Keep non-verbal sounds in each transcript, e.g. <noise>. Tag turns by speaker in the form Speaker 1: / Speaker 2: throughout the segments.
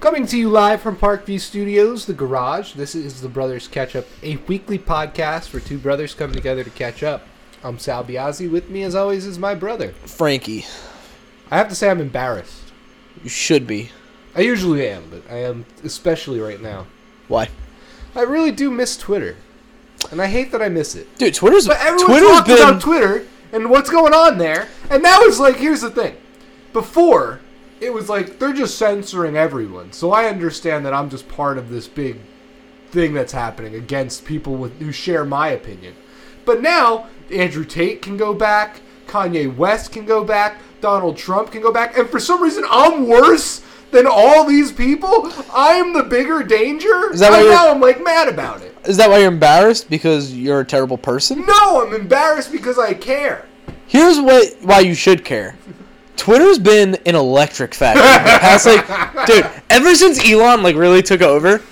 Speaker 1: Coming to you live from Parkview Studios, the garage. This is the Brothers Catch Up, a weekly podcast where two brothers come together to catch up. I'm Sal Biazzi. With me, as always, is my brother.
Speaker 2: Frankie,
Speaker 1: I have to say, I'm embarrassed.
Speaker 2: you should be.
Speaker 1: I usually am, but I am especially right now.
Speaker 2: Why?
Speaker 1: I really do miss Twitter, and I hate that I miss it.
Speaker 2: Dude, Twitter's
Speaker 1: But everyone
Speaker 2: Twitter's
Speaker 1: talks
Speaker 2: been
Speaker 1: about Twitter and what's going on there. And now it's like, here's the thing. Before, it was like they're just censoring everyone. So I understand that I'm just part of this big thing that's happening against people with who share my opinion. But now Andrew Tate can go back, Kanye West can go back, Donald Trump can go back, and for some reason I'm worse than all these people. I'm the bigger danger.
Speaker 2: Is that why
Speaker 1: and
Speaker 2: you're-
Speaker 1: now I'm like mad about it.
Speaker 2: Is that why you're embarrassed because you're a terrible person?
Speaker 1: No, I'm embarrassed because I care.
Speaker 2: Here's what why you should care. Twitter's been an electric factory. the past,
Speaker 1: <laughs>
Speaker 2: like, dude, ever since Elon like really took over,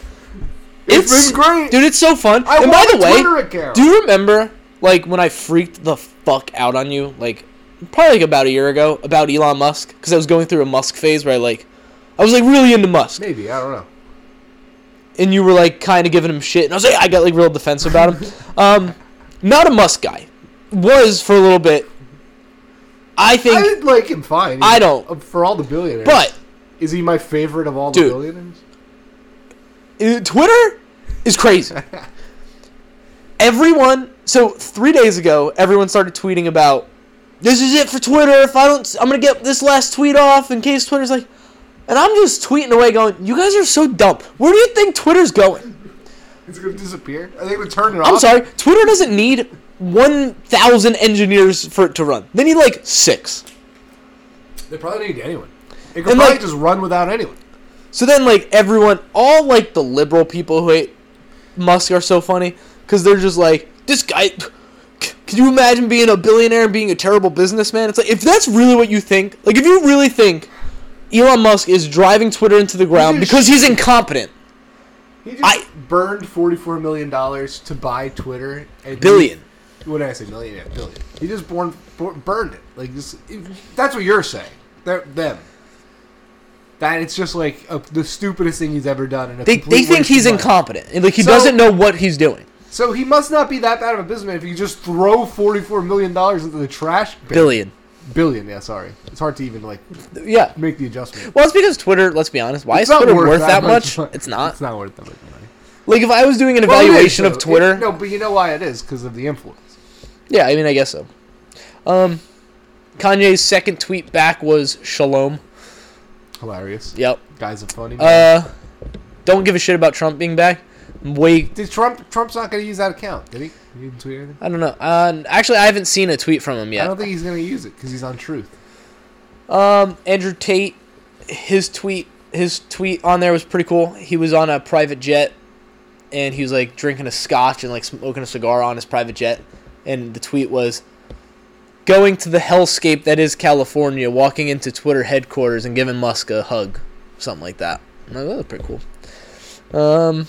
Speaker 1: It's been great.
Speaker 2: dude. It's so fun.
Speaker 1: I
Speaker 2: and by
Speaker 1: want
Speaker 2: the
Speaker 1: a
Speaker 2: way,
Speaker 1: Twitter account.
Speaker 2: do you remember like when I freaked the fuck out on you like probably like about a year ago about Elon Musk because I was going through a Musk phase where I like I was like really into Musk.
Speaker 1: Maybe I don't know.
Speaker 2: and you were like kind of giving him shit, and I was like, I got like real defensive about him. um, not a Musk guy, was for a little bit. I
Speaker 1: I
Speaker 2: think,
Speaker 1: did like him fine. Uh,
Speaker 2: I don't.
Speaker 1: For all the billionaires,
Speaker 2: but
Speaker 1: is he my favorite of all the
Speaker 2: Dude.
Speaker 1: billionaires?
Speaker 2: uh, Twitter is crazy. everyone, so three days ago, everyone started tweeting about this is it for Twitter. If I don't, I'm gonna get this last tweet off in case Twitter's like, and I'm just tweeting away, going, you guys are so dumb. Where do you think Twitter's going?
Speaker 1: It's gonna disappear. I think we turn it off.
Speaker 2: I'm sorry, Twitter doesn't need 1,000 engineers for it to run. They need like six.
Speaker 1: They probably need anyone. It could
Speaker 2: And,
Speaker 1: probably
Speaker 2: like-
Speaker 1: just run without anyone.
Speaker 2: So then, like, everyone, all like the liberal people who hate Musk are so funny because they're just like, this guy, c- can you imagine being a billionaire and being a terrible businessman? It's like, if that's really what you think, like, if you really think Elon Musk is driving Twitter into the ground
Speaker 1: just-
Speaker 2: because he's incompetent,
Speaker 1: He just
Speaker 2: I-
Speaker 1: burned forty-four million dollars to buy Twitter. And
Speaker 2: billion.
Speaker 1: what did I say? Million? Yeah, billion. He just born, bur- burned it. Like this, that's what you're saying. They're, them. That it's just like a, the stupidest thing he's ever done. And a
Speaker 2: They,
Speaker 1: complete
Speaker 2: they think
Speaker 1: waste of
Speaker 2: he's
Speaker 1: money.
Speaker 2: incompetent. And, like, he
Speaker 1: So-
Speaker 2: doesn't know what he's doing.
Speaker 1: So he must not be that bad of a businessman if you just throw forty-four million dollars into the trash. bin.
Speaker 2: Billion.
Speaker 1: Billion, yeah, sorry. It's hard to even like
Speaker 2: Yeah.
Speaker 1: make the adjustment.
Speaker 2: Well, it's because Twitter. Let's be honest. Why
Speaker 1: It's
Speaker 2: is
Speaker 1: not
Speaker 2: Twitter worth, that much?
Speaker 1: money.
Speaker 2: It's not.
Speaker 1: It's not worth that much money.
Speaker 2: <laughs> Like if I was doing an
Speaker 1: Well, it is,
Speaker 2: Uh, evaluation
Speaker 1: though.
Speaker 2: of Twitter.
Speaker 1: It- no, but you know why it is because of the influence.
Speaker 2: Yeah, I mean, I guess so. Um, Kanye's second tweet back was "Shalom."
Speaker 1: Hilarious.
Speaker 2: Yep.
Speaker 1: Guys are funny. man.
Speaker 2: Uh, don't give a shit about Trump being back. Wait,
Speaker 1: did Trump? Trump's not going to use that account, did he? He didn't tweet anything.
Speaker 2: I don't know. Uh, actually, I haven't seen a tweet from him
Speaker 1: I
Speaker 2: yet.
Speaker 1: don't think he's going to use it because he's on Truth.
Speaker 2: Um, Andrew Tate, his tweet, his tweet on there was pretty cool. He was on a private jet, and he was like drinking a scotch and like smoking a cigar on his private jet, and the tweet was, "Going to the hellscape that is California, walking into Twitter headquarters and giving Musk a hug, something like that." I'm like, that was pretty cool. Um,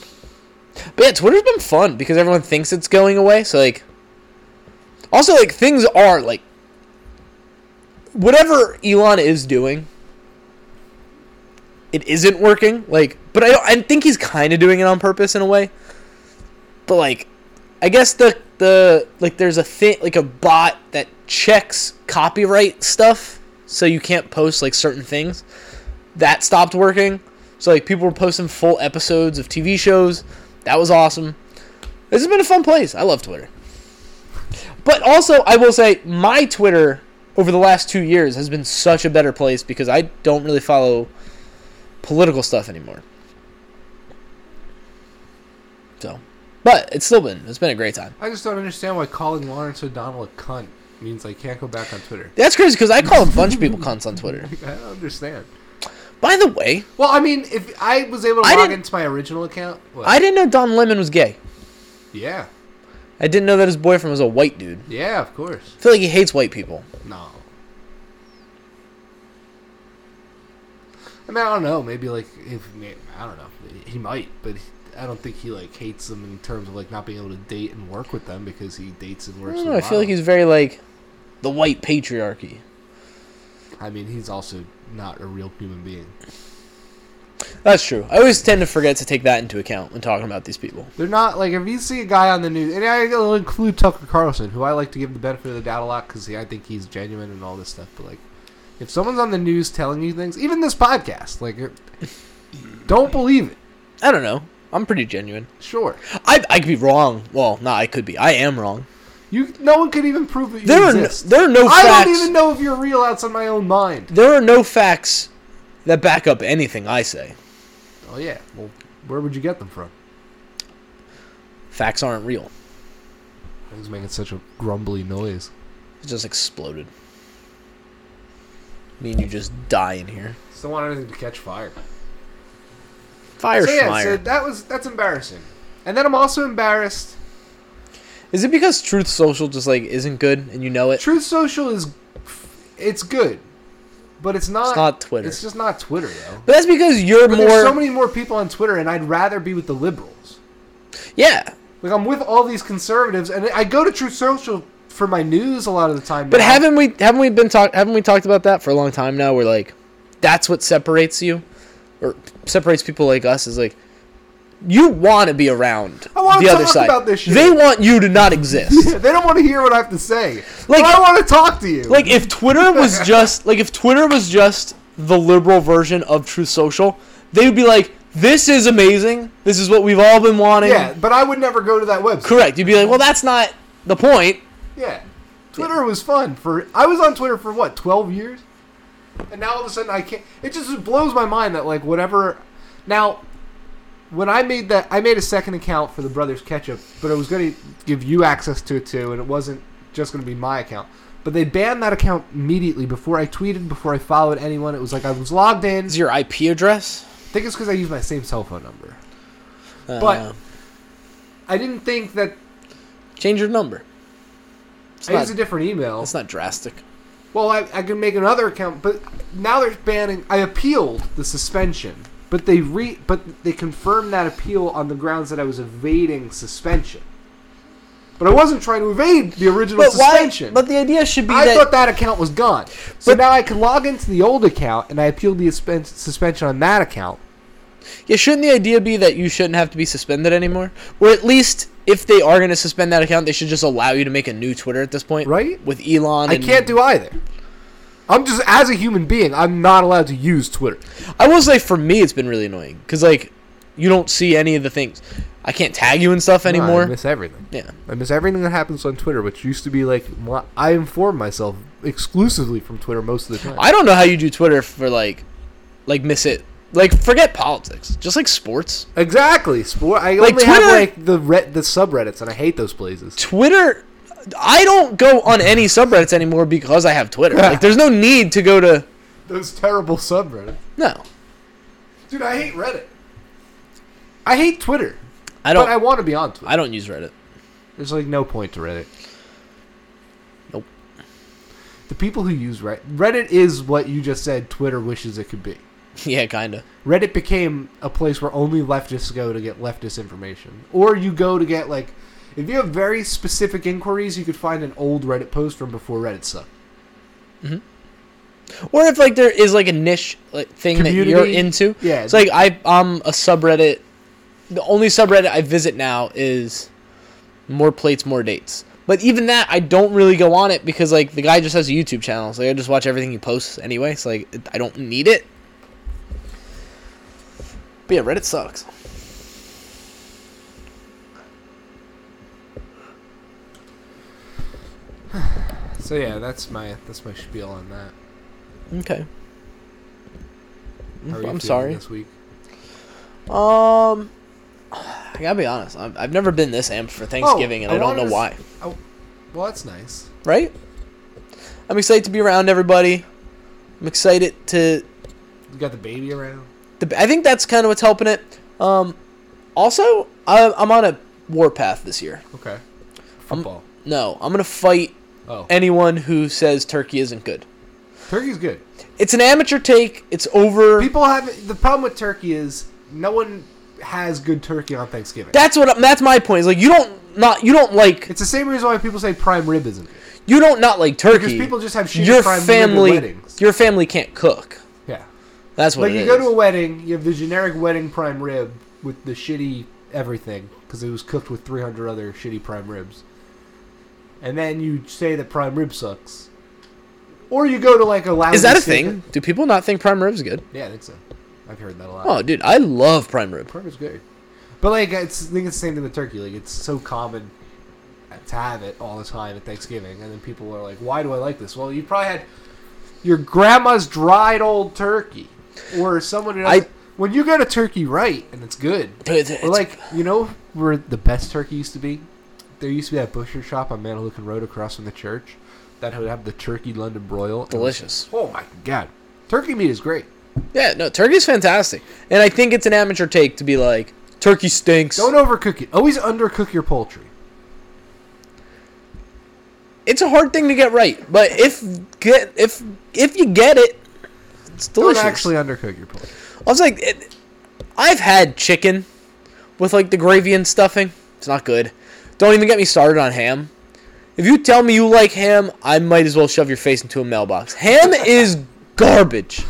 Speaker 2: but yeah, Twitter's been fun because everyone thinks it's going away. So like, also like things are like whatever Elon is doing, it isn't working. Like, but I I think he's kind of doing it on purpose in a way. But like, I guess the the like there's a thing like a bot that checks copyright stuff, so you can't post like certain things. That stopped working. So like people were posting full episodes of TV shows. That was awesome. This has been a fun place. I love Twitter. But also, I will say my Twitter over the last two years has been such a better place because I don't really follow political stuff anymore. So, but it's still been it's been a great time.
Speaker 1: I just don't understand why calling Lawrence O'Donnell a cunt means I can't go back on Twitter. <laughs>
Speaker 2: That's crazy because I call a bunch of people cunts on Twitter.
Speaker 1: I don't understand.
Speaker 2: By the way,
Speaker 1: Well, I mean, if I was able to
Speaker 2: I
Speaker 1: log
Speaker 2: didn't-
Speaker 1: into my original account, what?
Speaker 2: I didn't know Don Lemon was gay.
Speaker 1: yeah,
Speaker 2: I didn't know that his boyfriend was a white dude.
Speaker 1: yeah, of course.
Speaker 2: I feel like he hates white people.
Speaker 1: No. I mean, I don't know. Maybe like if I don't know, he might, but I don't think he like hates them in terms of like not being able to date and work with them because he dates and
Speaker 2: I
Speaker 1: works.
Speaker 2: don't
Speaker 1: with
Speaker 2: know. I feel like he's very like the white patriarchy.
Speaker 1: I mean, he's also not a real human being.
Speaker 2: That's true. I always tend to forget to take that into account when talking about these people.
Speaker 1: They're not like if you see a guy on the news, and I'll include Tucker Carlson, who I like to give the benefit of the doubt a lot because I think he's genuine and all this stuff. But like, if someone's on the news telling you things, even this podcast, like, er, <laughs> don't believe it.
Speaker 2: I don't know. I'm pretty genuine.
Speaker 1: Sure,
Speaker 2: I, I could be wrong. Well, no, I could be. I am wrong.
Speaker 1: you. No one could even prove that you
Speaker 2: There are no,
Speaker 1: exist.
Speaker 2: there are no
Speaker 1: I
Speaker 2: facts.
Speaker 1: don't even know if you're real outside my own mind.
Speaker 2: There are no facts that back up anything I say.
Speaker 1: Oh yeah. Well, where would you get them from?
Speaker 2: Facts aren't real.
Speaker 1: He's making such a grumbly noise.
Speaker 2: It just exploded. Me and you just die in here.
Speaker 1: Still want anything to catch fire.
Speaker 2: Fire
Speaker 1: so yeah, so
Speaker 2: Schmeier.
Speaker 1: that was that's embarrassing. And then I'm also embarrassed
Speaker 2: Is it because Truth Social just like isn't good and you know it?
Speaker 1: Truth Social is it's good, but it's not.
Speaker 2: It's not Twitter.
Speaker 1: It's just not Twitter though.
Speaker 2: But that's because you're
Speaker 1: But
Speaker 2: more.
Speaker 1: there's so many more people on Twitter, and I'd rather be with the liberals.
Speaker 2: yeah,
Speaker 1: Like I'm with all these conservatives, and I go to Truth Social for my news a lot of the time.
Speaker 2: but
Speaker 1: now.
Speaker 2: haven't we haven't we been talk haven't we talked about that for a long time now? Where like, that's what separates you, or separates people like us is like, you want to be around
Speaker 1: I wanna
Speaker 2: the other
Speaker 1: talk
Speaker 2: side.
Speaker 1: about this shit.
Speaker 2: They want you to
Speaker 1: <laughs>
Speaker 2: not exist.
Speaker 1: they don't want to hear what I have to say. but
Speaker 2: Like-
Speaker 1: I want to talk to you.
Speaker 2: like if Twitter was just like if Twitter was just the liberal version of Truth Social, they would be like, this is amazing. This is what we've all been wanting.
Speaker 1: yeah, but I would never go to that website.
Speaker 2: Correct. You'd be like, well, that's not the point.
Speaker 1: Yeah. Twitter was fun for I was on Twitter for what, 12 years? And now all of a sudden I can't it just blows my mind that like whatever now when I made that I made a second account for the brothers ketchup, but it was going to give you access to it too and it wasn't just going to be my account. But they banned that account immediately before I tweeted, before I followed anyone. It was like I was logged in.
Speaker 2: Is your IP address?
Speaker 1: I think it's because I used my same cell phone number.
Speaker 2: Uh,
Speaker 1: But- I didn't think that
Speaker 2: change your number. It's
Speaker 1: I
Speaker 2: not,
Speaker 1: used a different email.
Speaker 2: it's not drastic.
Speaker 1: Well, I, I can make another account, but now they're banning. I appealed the suspension, but they re but they confirmed that appeal on the grounds that I was evading suspension. But I wasn't trying to evade the original
Speaker 2: But why?
Speaker 1: suspension.
Speaker 2: But the idea should be
Speaker 1: I
Speaker 2: that
Speaker 1: thought that account was gone, so
Speaker 2: But-
Speaker 1: now I can log into the old account and I appealed the suspen- suspension on that account.
Speaker 2: yeah, shouldn't the idea be that you shouldn't have to be suspended anymore, or at least if they are going to suspend that account, they should just allow you to make a new Twitter at this point,
Speaker 1: Right?
Speaker 2: With Elon,
Speaker 1: I
Speaker 2: and-
Speaker 1: can't do either. I'm just as a human being, I'm not allowed to use Twitter.
Speaker 2: I will say for me, it's been really annoying because like you don't see any of the things. I can't tag you and stuff
Speaker 1: I
Speaker 2: anymore.
Speaker 1: miss everything.
Speaker 2: yeah,
Speaker 1: I miss everything that happens on Twitter, which used to be like my, I inform myself exclusively from Twitter most of the time.
Speaker 2: I don't know how you do Twitter for like, like miss it. Like forget politics, just like sports.
Speaker 1: exactly, sport. I only
Speaker 2: Like, Twitter-
Speaker 1: have like the re- the subreddits, and I hate those places.
Speaker 2: Twitter. I don't go on any subreddits anymore because I
Speaker 1: <laughs>
Speaker 2: have Twitter. Like, there's no need to go to.
Speaker 1: Those terrible subreddits,
Speaker 2: No,
Speaker 1: dude. I hate Reddit. I hate Twitter, but
Speaker 2: I don't.
Speaker 1: I
Speaker 2: I,
Speaker 1: want to be on Twitter.
Speaker 2: don't use Reddit. <laughs>
Speaker 1: There's like no point to Reddit.
Speaker 2: Nope.
Speaker 1: The people who use Reddit, Reddit is what you just said. Twitter wishes it could be.
Speaker 2: yeah, kinda.
Speaker 1: Reddit became a place where only leftists go to get leftist information. Or you go to get, like, if you have very specific inquiries, you could find an old Reddit post from before Reddit sucked.
Speaker 2: Or if like there is like a niche like thing that you're
Speaker 1: Community?
Speaker 2: into.
Speaker 1: Yeah.
Speaker 2: It's like I I'm a subreddit. The only subreddit I visit now is more plates, more dates. But even that, I don't really go on it because like the guy just has a YouTube channel, so I just watch everything he posts anyway. So like it- I don't need it. But yeah, Reddit sucks.
Speaker 1: So yeah, that's my that's my spiel on that.
Speaker 2: Okay.
Speaker 1: How are you
Speaker 2: Mm-hmm. I'm
Speaker 1: feeling
Speaker 2: sorry.
Speaker 1: This week,
Speaker 2: Um, I gotta be honest. I've, I've never been this amped for Thanksgiving, and I, don't
Speaker 1: wanted
Speaker 2: know
Speaker 1: to
Speaker 2: why.
Speaker 1: Oh, s- I- well, that's nice.
Speaker 2: right? I'm excited to be around everybody. I'm excited to.
Speaker 1: You got the baby around.
Speaker 2: The, I think that's kind of what's helping it. Um, also, I, I'm on a warpath this year.
Speaker 1: Okay.
Speaker 2: Um,
Speaker 1: Football.
Speaker 2: No, I'm gonna fight
Speaker 1: oh,
Speaker 2: anyone who says turkey isn't good.
Speaker 1: turkey's good.
Speaker 2: It's an amateur take. It's over.
Speaker 1: People have the problem with turkey is no one has good turkey on Thanksgiving.
Speaker 2: that's what. I'm- That's my point. Is like you don't not you don't like
Speaker 1: it's the same reason why people say prime rib isn't good.
Speaker 2: you don't not like turkey.
Speaker 1: people just have shitty
Speaker 2: your
Speaker 1: prime rib at
Speaker 2: family.
Speaker 1: weddings.
Speaker 2: Your family can't cook.
Speaker 1: Yeah.
Speaker 2: That's what
Speaker 1: Like
Speaker 2: it
Speaker 1: you go
Speaker 2: is.
Speaker 1: to a wedding, you have the generic wedding prime rib with the shitty everything because it was cooked with 300 other shitty prime ribs. And then you say that prime rib sucks. Or you go to like a lousy
Speaker 2: is that a
Speaker 1: steak-
Speaker 2: thing? Do people not think prime rib's good?
Speaker 1: Yeah, I think so. I've heard that a lot.
Speaker 2: Oh, dude, I love prime rib.
Speaker 1: Prime rib's good. But like it's, I think it's the same thing with turkey. Like it's so common to have it all the time at Thanksgiving, and then people are like, "Why do I like this?" Well, you probably had your grandma's dried old turkey, or someone who
Speaker 2: I-
Speaker 1: doesn't- when you get a turkey right and it's good,
Speaker 2: But it's- it's-
Speaker 1: or like you know where the best turkey used to be. There used to be that butcher shop on Manalakan Road across from the church that would have the turkey London broil. and it was-
Speaker 2: Delicious.
Speaker 1: Oh my god, turkey meat is great.
Speaker 2: yeah, no, turkey's fantastic, and I think it's an amateur take to be like turkey stinks.
Speaker 1: Don't overcook it. Always undercook your poultry.
Speaker 2: It's a hard thing to get right, but if get if if you get it, it's
Speaker 1: Don't
Speaker 2: delicious.
Speaker 1: actually undercook your poultry.
Speaker 2: I was like, it, I've had chicken with like the gravy and stuffing. It's not good. Don't even get me started on ham. If you tell me you like ham, I might as well shove your face into a mailbox. Ham is garbage.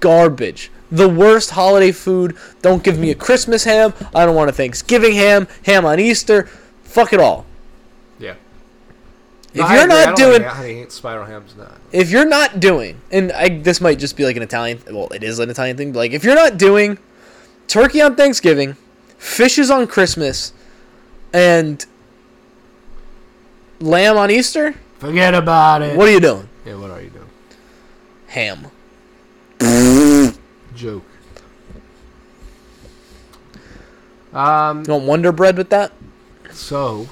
Speaker 2: Garbage. The worst holiday food. Don't give me a Christmas ham. I don't want a Thanksgiving ham. Ham on Easter. Fuck it all.
Speaker 1: Yeah.
Speaker 2: If you're not doing
Speaker 1: spiral ham's not.
Speaker 2: if you're not doing, and I, this might just be like an Italian, well, it is an Italian thing, but like if you're not doing turkey on Thanksgiving, fishes on Christmas, and lamb on Easter,
Speaker 1: Forget about it.
Speaker 2: what are you doing?
Speaker 1: yeah, what are you doing?
Speaker 2: Ham.
Speaker 1: Joke. Um.
Speaker 2: You want Wonder Bread with that?
Speaker 1: So,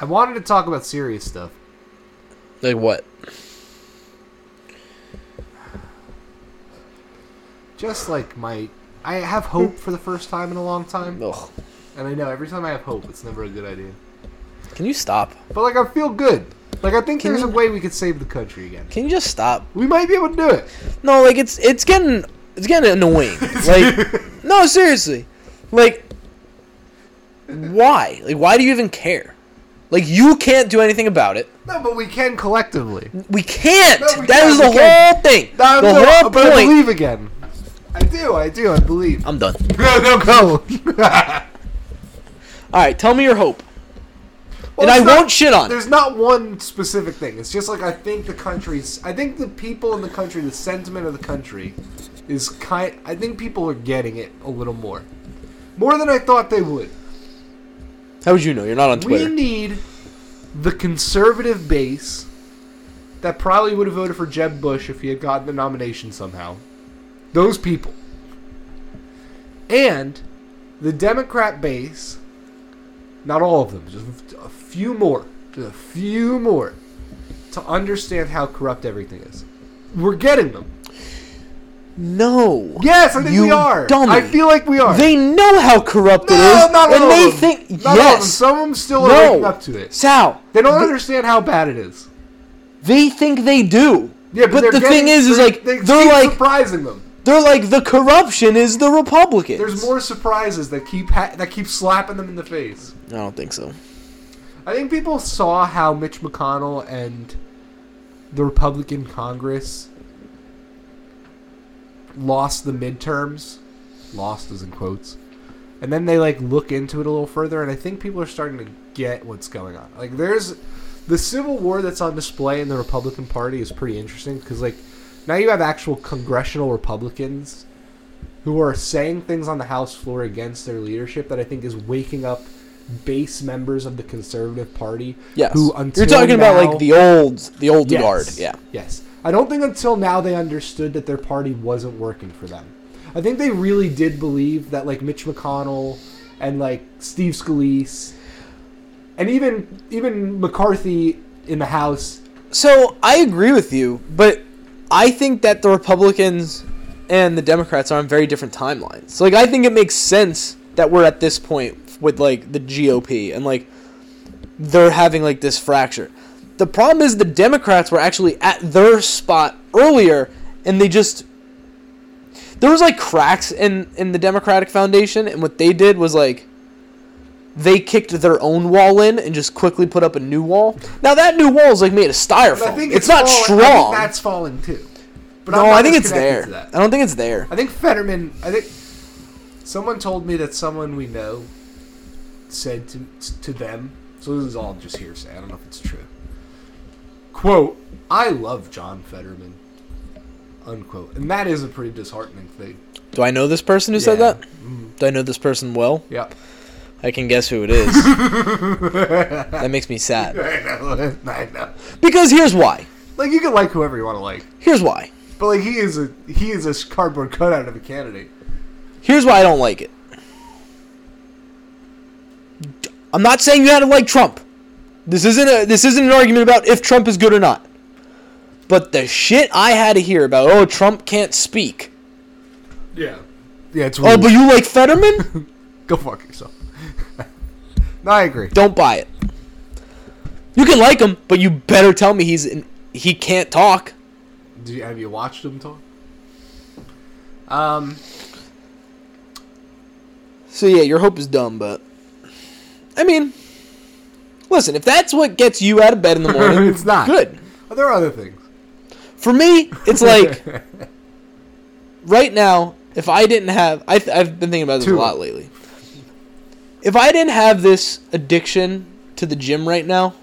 Speaker 1: I wanted to talk about serious stuff.
Speaker 2: Like what?
Speaker 1: Just like my, I have hope for the first time in a long time,
Speaker 2: Ugh.
Speaker 1: and I know every time I have hope, it's never a good idea.
Speaker 2: Can you stop?
Speaker 1: But like, I feel good. Like, I think
Speaker 2: Can
Speaker 1: there's
Speaker 2: you-
Speaker 1: a way we could save the country again.
Speaker 2: Can you just stop?
Speaker 1: We might be able to do it.
Speaker 2: No, like it's it's getting it's getting annoying. like no, seriously. Like why? Like why do you even care? Like you can't do anything about it.
Speaker 1: No, but we can collectively.
Speaker 2: We can't.
Speaker 1: No, we
Speaker 2: That
Speaker 1: can't,
Speaker 2: is the
Speaker 1: we can't.
Speaker 2: whole thing.
Speaker 1: No,
Speaker 2: the
Speaker 1: no,
Speaker 2: whole
Speaker 1: but I
Speaker 2: point.
Speaker 1: believe again. I do, I do, I believe.
Speaker 2: I'm done.
Speaker 1: No, <laughs> no, go.
Speaker 2: All right, tell me your hope,
Speaker 1: Well,
Speaker 2: and I
Speaker 1: it's not-
Speaker 2: won't shit on. it.
Speaker 1: There's not one specific thing. It's just like I think the country's. I think the people in the country, the sentiment of the country, is kind. I think people are getting it a little more, more than I thought they would.
Speaker 2: How would you know? You're not on Twitter.
Speaker 1: We need the conservative base that probably would have voted for Jeb Bush if he had gotten the nomination somehow. Those people. And the Democrat base, not all of them, just a few more, just a few more, to understand how corrupt everything is. We're getting them.
Speaker 2: no.
Speaker 1: Yes, I think
Speaker 2: You
Speaker 1: we are.
Speaker 2: dummy.
Speaker 1: I feel like we are.
Speaker 2: They know how corrupt
Speaker 1: no,
Speaker 2: it is,
Speaker 1: not
Speaker 2: and
Speaker 1: all
Speaker 2: they
Speaker 1: of them. Not
Speaker 2: think
Speaker 1: all of them.
Speaker 2: yes.
Speaker 1: Some of them still are waking
Speaker 2: no.
Speaker 1: up to it.
Speaker 2: Sal,
Speaker 1: They don't understand how bad it is.
Speaker 2: they think they do.
Speaker 1: Yeah, but, they're
Speaker 2: the thing
Speaker 1: getting-
Speaker 2: is, is
Speaker 1: they're-
Speaker 2: like
Speaker 1: they
Speaker 2: they
Speaker 1: keep
Speaker 2: are like
Speaker 1: surprising them.
Speaker 2: they're like the corruption is the Republicans.
Speaker 1: There's more surprises that keep ha- that keep slapping them in the face.
Speaker 2: I don't think so.
Speaker 1: I think people saw how Mitch McConnell and the Republican Congress lost the midterms. Lost is in quotes. And then they like look into it a little further, and I think people are starting to get what's going on. Like there's the civil war that's on display in the Republican Party is pretty interesting because like now you have actual congressional Republicans who are saying things on the House floor against their leadership that I think is waking up base members of the conservative party.
Speaker 2: Yes,
Speaker 1: Who until
Speaker 2: you're talking about
Speaker 1: now-
Speaker 2: like the old the old
Speaker 1: Yes.
Speaker 2: guard. Yeah,
Speaker 1: Yes. I don't think until now they understood that their party wasn't working for them. I think they really did believe that like Mitch McConnell and like Steve Scalise and even even McCarthy in the House.
Speaker 2: So I agree with you, but I think that the Republicans and the Democrats are on very different timelines. So, like, I think it makes sense that we're at this point with like the GOP and like they're having like this fracture. The problem is the Democrats were actually at their spot earlier, and they just there was like cracks in in the Democratic foundation, and what they did was like they kicked their own wall in and just quickly put up a new wall. Now that new wall is like made of styrofoam.
Speaker 1: I think
Speaker 2: it's, not
Speaker 1: falling- I think
Speaker 2: strong.
Speaker 1: that's falling too. But I'm
Speaker 2: No,
Speaker 1: not
Speaker 2: I think
Speaker 1: as
Speaker 2: it's
Speaker 1: connected
Speaker 2: there.
Speaker 1: to that.
Speaker 2: I don't think it's there.
Speaker 1: I think Fetterman. I think someone told me that someone we know said to to them. So this is all just hearsay. I don't know if it's true. Quote: I love John Fetterman. Unquote. And that is a pretty disheartening thing.
Speaker 2: Do I know this person who said
Speaker 1: Yeah.
Speaker 2: that? Do I know this person well?
Speaker 1: Yep.
Speaker 2: I can guess who it is. that makes me
Speaker 1: <laughs>
Speaker 2: sad.
Speaker 1: I know. I know.
Speaker 2: Because here's why.
Speaker 1: Like you can like whoever you want to like,
Speaker 2: Here's why.
Speaker 1: but like he is a he is a cardboard cutout of a candidate.
Speaker 2: Here's why I don't like it. I'm not saying you had to like Trump. This isn't a this isn't an argument about if Trump is good or not. But the shit I had to hear about, oh Trump can't speak.
Speaker 1: Yeah. Yeah. It's
Speaker 2: Oh,
Speaker 1: weird.
Speaker 2: but you
Speaker 1: <laughs>
Speaker 2: like Fetterman?
Speaker 1: Go fuck yourself. <laughs> no, I agree.
Speaker 2: don't buy it. You can like him, but you better tell me he's in, he can't talk.
Speaker 1: Do you, have you watched him talk? Um,
Speaker 2: So yeah, your hope is dumb, but I mean, listen, if that's what gets you out of bed in
Speaker 1: <laughs>
Speaker 2: the morning,
Speaker 1: It's not.
Speaker 2: good.
Speaker 1: there are other things.
Speaker 2: For me, it's like right now, if I didn't have, I th- I've been thinking about this
Speaker 1: Two.
Speaker 2: a lot lately. If I didn't have this addiction to the gym right now,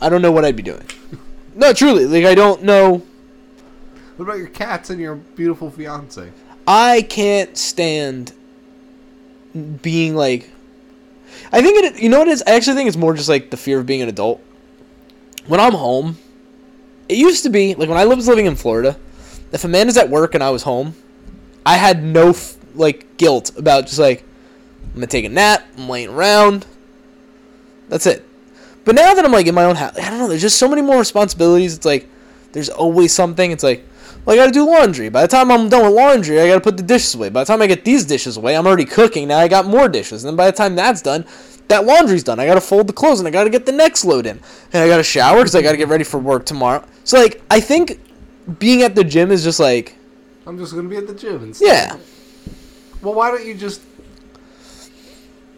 Speaker 2: I don't know what I'd be doing. No, truly, like I don't know.
Speaker 1: What about your cats and your beautiful fiance?
Speaker 2: I can't stand being like. I think it. You know what it is? I actually think it's more just like the fear of being an adult. When I'm home, it used to be like when I was living in Florida. If a man is at work and I was home, I had no f- like guilt about just like I'm gonna take a nap. I'm laying around. That's it. But now that I'm like in my own house, I don't know. There's just so many more responsibilities. It's like there's always something. It's like well, I gotta do laundry. By the time I'm done with laundry, I gotta put the dishes away. By the time I get these dishes away, I'm already cooking. Now I got more dishes. And then by the time that's done, that laundry's done. I gotta fold the clothes and I gotta get the next load in. And I gotta shower because I gotta get ready for work tomorrow. So like, I think being at the gym is just like,
Speaker 1: I'm just gonna be at the gym instead.
Speaker 2: yeah,
Speaker 1: Well, why don't you just?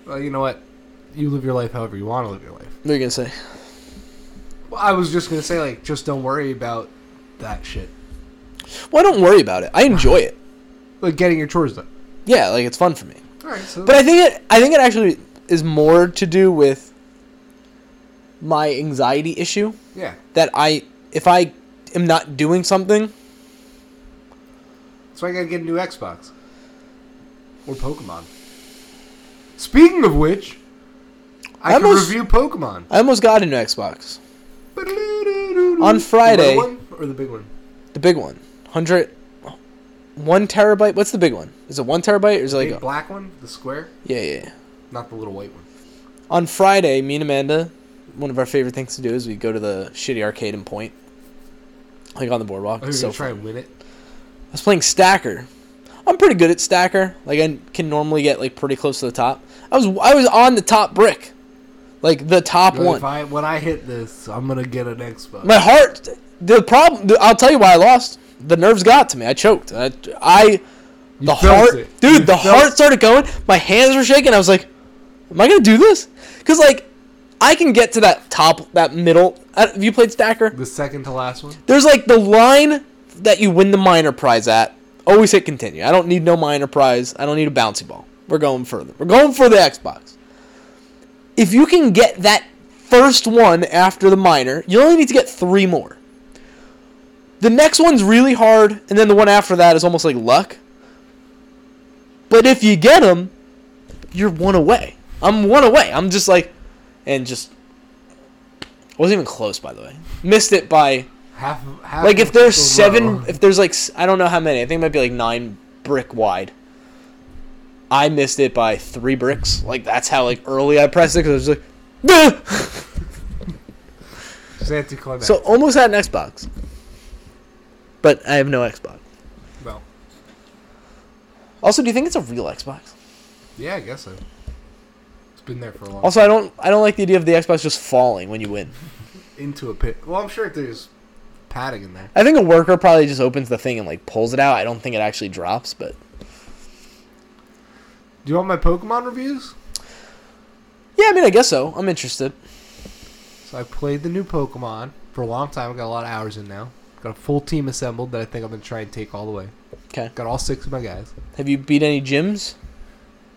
Speaker 1: Well, you know what? You live your life however you want to live your life.
Speaker 2: what are you gonna say?
Speaker 1: Well, I was just gonna say like, just don't worry about that shit.
Speaker 2: Well, I don't worry about it. I enjoy it.
Speaker 1: Like getting your chores done.
Speaker 2: Yeah, like it's fun for me.
Speaker 1: All right. So
Speaker 2: But I think it. I think it actually is more to do with my anxiety issue.
Speaker 1: yeah,
Speaker 2: that I if I am not doing something,
Speaker 1: so I gotta get a new Xbox or Pokemon. Speaking of which, I
Speaker 2: I
Speaker 1: can
Speaker 2: almost-
Speaker 1: review Pokemon.
Speaker 2: I almost got a new Xbox,
Speaker 1: On
Speaker 2: Friday-
Speaker 1: The little one or the big one?
Speaker 2: the big one, hundred, one terabyte. What's the big one? Is it one terabyte or is it
Speaker 1: Big
Speaker 2: like a,
Speaker 1: black one? The square?
Speaker 2: yeah, yeah? yeah.
Speaker 1: Not the little white one.
Speaker 2: On Friday, me and Amanda, one of our favorite things to do is we go to the shitty arcade in Point, like on the boardwalk.
Speaker 1: I
Speaker 2: It's
Speaker 1: was
Speaker 2: so
Speaker 1: going to
Speaker 2: fun.
Speaker 1: try and win it.
Speaker 2: I was playing Stacker. I'm pretty good at Stacker. Like I can normally get like pretty close to the top. I was I was on the top brick, like the top
Speaker 1: But
Speaker 2: one.
Speaker 1: If I, when I hit this, I'm going to get an Xbox.
Speaker 2: my heart the problem the- i'll tell you why i lost the nerves got to me i choked i, I the
Speaker 1: felt
Speaker 2: heart
Speaker 1: it.
Speaker 2: dude
Speaker 1: You
Speaker 2: the
Speaker 1: felt
Speaker 2: heart
Speaker 1: it.
Speaker 2: started going my hands were shaking i was like am i gonna do this because like i can get to that top that middle I- have you played stacker
Speaker 1: the second to last one?
Speaker 2: there's like the line that you win the minor prize at always hit continue i don't need no minor prize i don't need a bouncy ball we're going further we're going for the xbox if you can get that first one after the minor you only need to get three more the next one's really hard, and then the one after that is almost like luck. But if you get them, you're one away. I'm one away. I'm just like, and just wasn't even close. By the way, missed it by
Speaker 1: Half, half
Speaker 2: like if
Speaker 1: of
Speaker 2: there's
Speaker 1: the
Speaker 2: seven,
Speaker 1: row.
Speaker 2: if there's like s- I don't know how many. I think it might be like nine brick wide. I missed it by three bricks. Like that's how like early I pressed it because I was just like,
Speaker 1: It's anticlimactic.
Speaker 2: so almost had an Xbox, but I have no Xbox.
Speaker 1: well,
Speaker 2: Also, do you think it's a real Xbox?
Speaker 1: yeah, I guess so. It's been there for a long
Speaker 2: Also, I don't I don't like the idea of the Xbox just falling when you win.
Speaker 1: Into a pit. Well, I'm sure there's padding in there.
Speaker 2: I think a worker probably just opens the thing and like pulls it out. I don't think it actually drops, but
Speaker 1: Do you want my Pokemon reviews?
Speaker 2: yeah, I mean, I guess so. I'm interested.
Speaker 1: So I played the new Pokemon for a long time. I got a lot of hours in now. Got a full team assembled that I think I'm gonna try and take all the way.
Speaker 2: Okay.
Speaker 1: Got all six of my guys.
Speaker 2: Have you beat any gyms?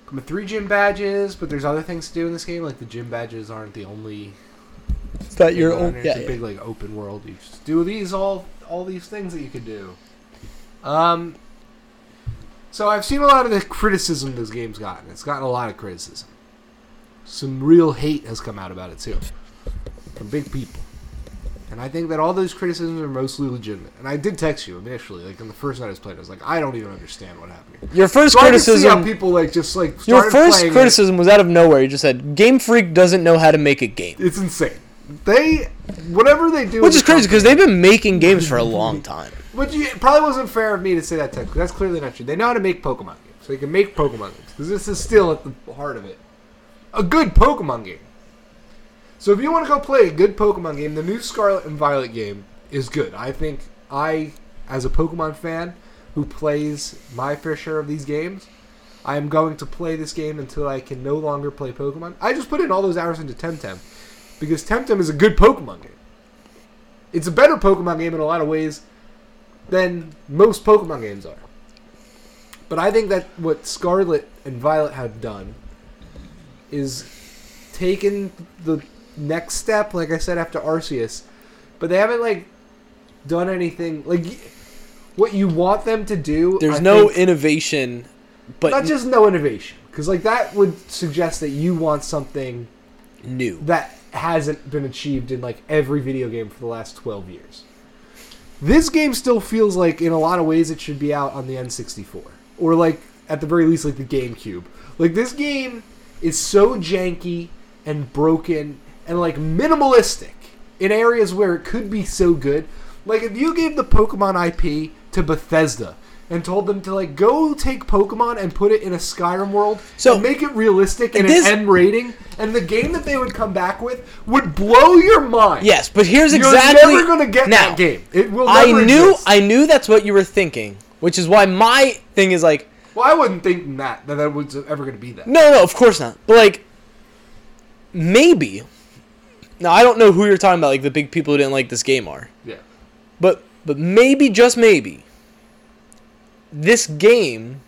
Speaker 1: Got my three gym badges, but there's other things to do in this game. Like the gym badges aren't the only.
Speaker 2: It's not
Speaker 1: thing
Speaker 2: your
Speaker 1: on
Speaker 2: own.
Speaker 1: there.
Speaker 2: Yeah.
Speaker 1: It's a
Speaker 2: yeah.
Speaker 1: big like open world. You just do these all all these things that you can do. Um. So I've seen a lot of the criticism this game's gotten. It's gotten a lot of criticism. Some real hate has come out about it too, from big people. And I think that all those criticisms are mostly legitimate. And I did text you initially, like on the first night I was playing, I was like, I don't even understand what happened. Here.
Speaker 2: Your first
Speaker 1: So I can see how
Speaker 2: criticism.
Speaker 1: people like just like
Speaker 2: Your
Speaker 1: started
Speaker 2: first
Speaker 1: playing it.
Speaker 2: criticism was out of nowhere. You just said Game Freak doesn't know how to make a game,
Speaker 1: It's insane. They whatever they do,
Speaker 2: which is crazy because they've been making games for a long time.
Speaker 1: Which you, it probably wasn't fair of me to say that text. 'cause That's clearly not true. They know how to make Pokemon games. They can make Pokemon games. Because this is still at the heart of it. A good Pokemon game. So if you want to go play a good Pokemon game, the new Scarlet and Violet game is good. I think I, as a Pokemon fan who plays my fair share of these games, I am going to play this game until I can no longer play Pokemon. I just put in all those hours into Temtem because Temtem is a good Pokemon game. It's a better Pokemon game in a lot of ways than most Pokemon games are. But I think that what Scarlet and Violet have done is taken the next step, like I said, after Arceus, but they haven't like done anything like y- what you want them to do.
Speaker 2: There's
Speaker 1: I
Speaker 2: no
Speaker 1: think-
Speaker 2: innovation, but
Speaker 1: not just no innovation because like that would suggest that you want something
Speaker 2: n- new.
Speaker 1: that hasn't been achieved in like every video game for the last 12 years this game still feels like in a lot of ways it should be out on the n64 or like at the very least like the gamecube like this game is so janky and broken and like minimalistic in areas where it could be so good like if you gave the pokemon ip to bethesda and told them to like go take pokemon and put it in a skyrim world
Speaker 2: So-
Speaker 1: and make it realistic and
Speaker 2: This-
Speaker 1: an n rating and the game that they would come back with would blow your mind
Speaker 2: Yes, but here's
Speaker 1: you're
Speaker 2: exactly
Speaker 1: never gonna get
Speaker 2: now.
Speaker 1: that game. It will.
Speaker 2: I
Speaker 1: never
Speaker 2: knew
Speaker 1: exist.
Speaker 2: I knew that's what you were thinking, which is why my thing is like,
Speaker 1: well, I wouldn't think that that that was ever going to be that.
Speaker 2: no, no, of course not. But like, maybe. Now I don't know who you're talking about, like the big people who didn't like this game are,
Speaker 1: Yeah.
Speaker 2: but but maybe just maybe. This game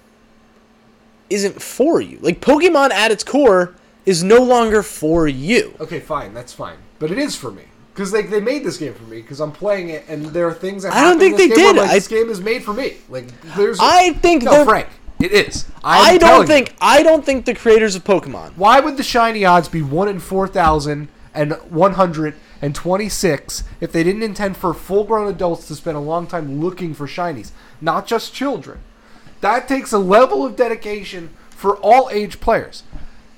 Speaker 2: isn't for you. Like Pokemon at its core is no longer for you.
Speaker 1: Okay, fine. That's fine. But it is for me because they, they made this game for me because I'm playing it and there are things that
Speaker 2: I don't
Speaker 1: happen in
Speaker 2: think
Speaker 1: this
Speaker 2: they
Speaker 1: game where I'm
Speaker 2: did.
Speaker 1: Like,
Speaker 2: I-
Speaker 1: this game is made for me. Like there's.
Speaker 2: I think
Speaker 1: no,
Speaker 2: they're-
Speaker 1: Frank. It is.
Speaker 2: I
Speaker 1: I'm telling
Speaker 2: don't
Speaker 1: you.
Speaker 2: think I don't think the creators of Pokemon
Speaker 1: Why would the shiny odds be one in four thousand and one hundred and twenty-six if they didn't intend for full-grown adults to spend a long time looking for shinies, not just children? That takes a level of dedication for all age players.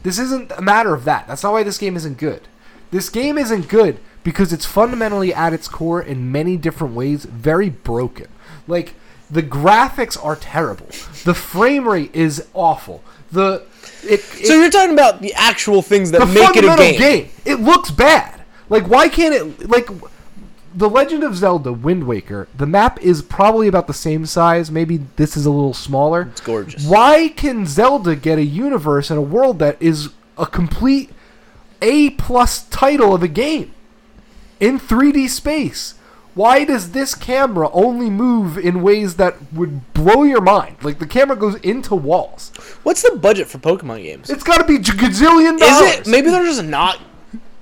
Speaker 1: This isn't a matter of that. That's not why this game isn't good. This game isn't good because it's fundamentally at its core in many different ways very broken. Like the graphics are terrible. The frame rate is awful. The it, it
Speaker 2: So you're talking about the actual things that
Speaker 1: the
Speaker 2: make it a
Speaker 1: fundamental
Speaker 2: game.
Speaker 1: It looks bad. Like why can't it like The Legend of Zelda Wind Waker, the map is probably about the same size, maybe this is a little smaller. It's
Speaker 2: gorgeous.
Speaker 1: Why can Zelda get a universe and a world that is a complete A plus title of a game in 3D space? Why does this camera only move in ways that would blow your mind? Like the camera goes into walls.
Speaker 2: What's the budget for Pokemon games?
Speaker 1: It's got to be gazillion
Speaker 2: Is
Speaker 1: dollars.
Speaker 2: it maybe they're just not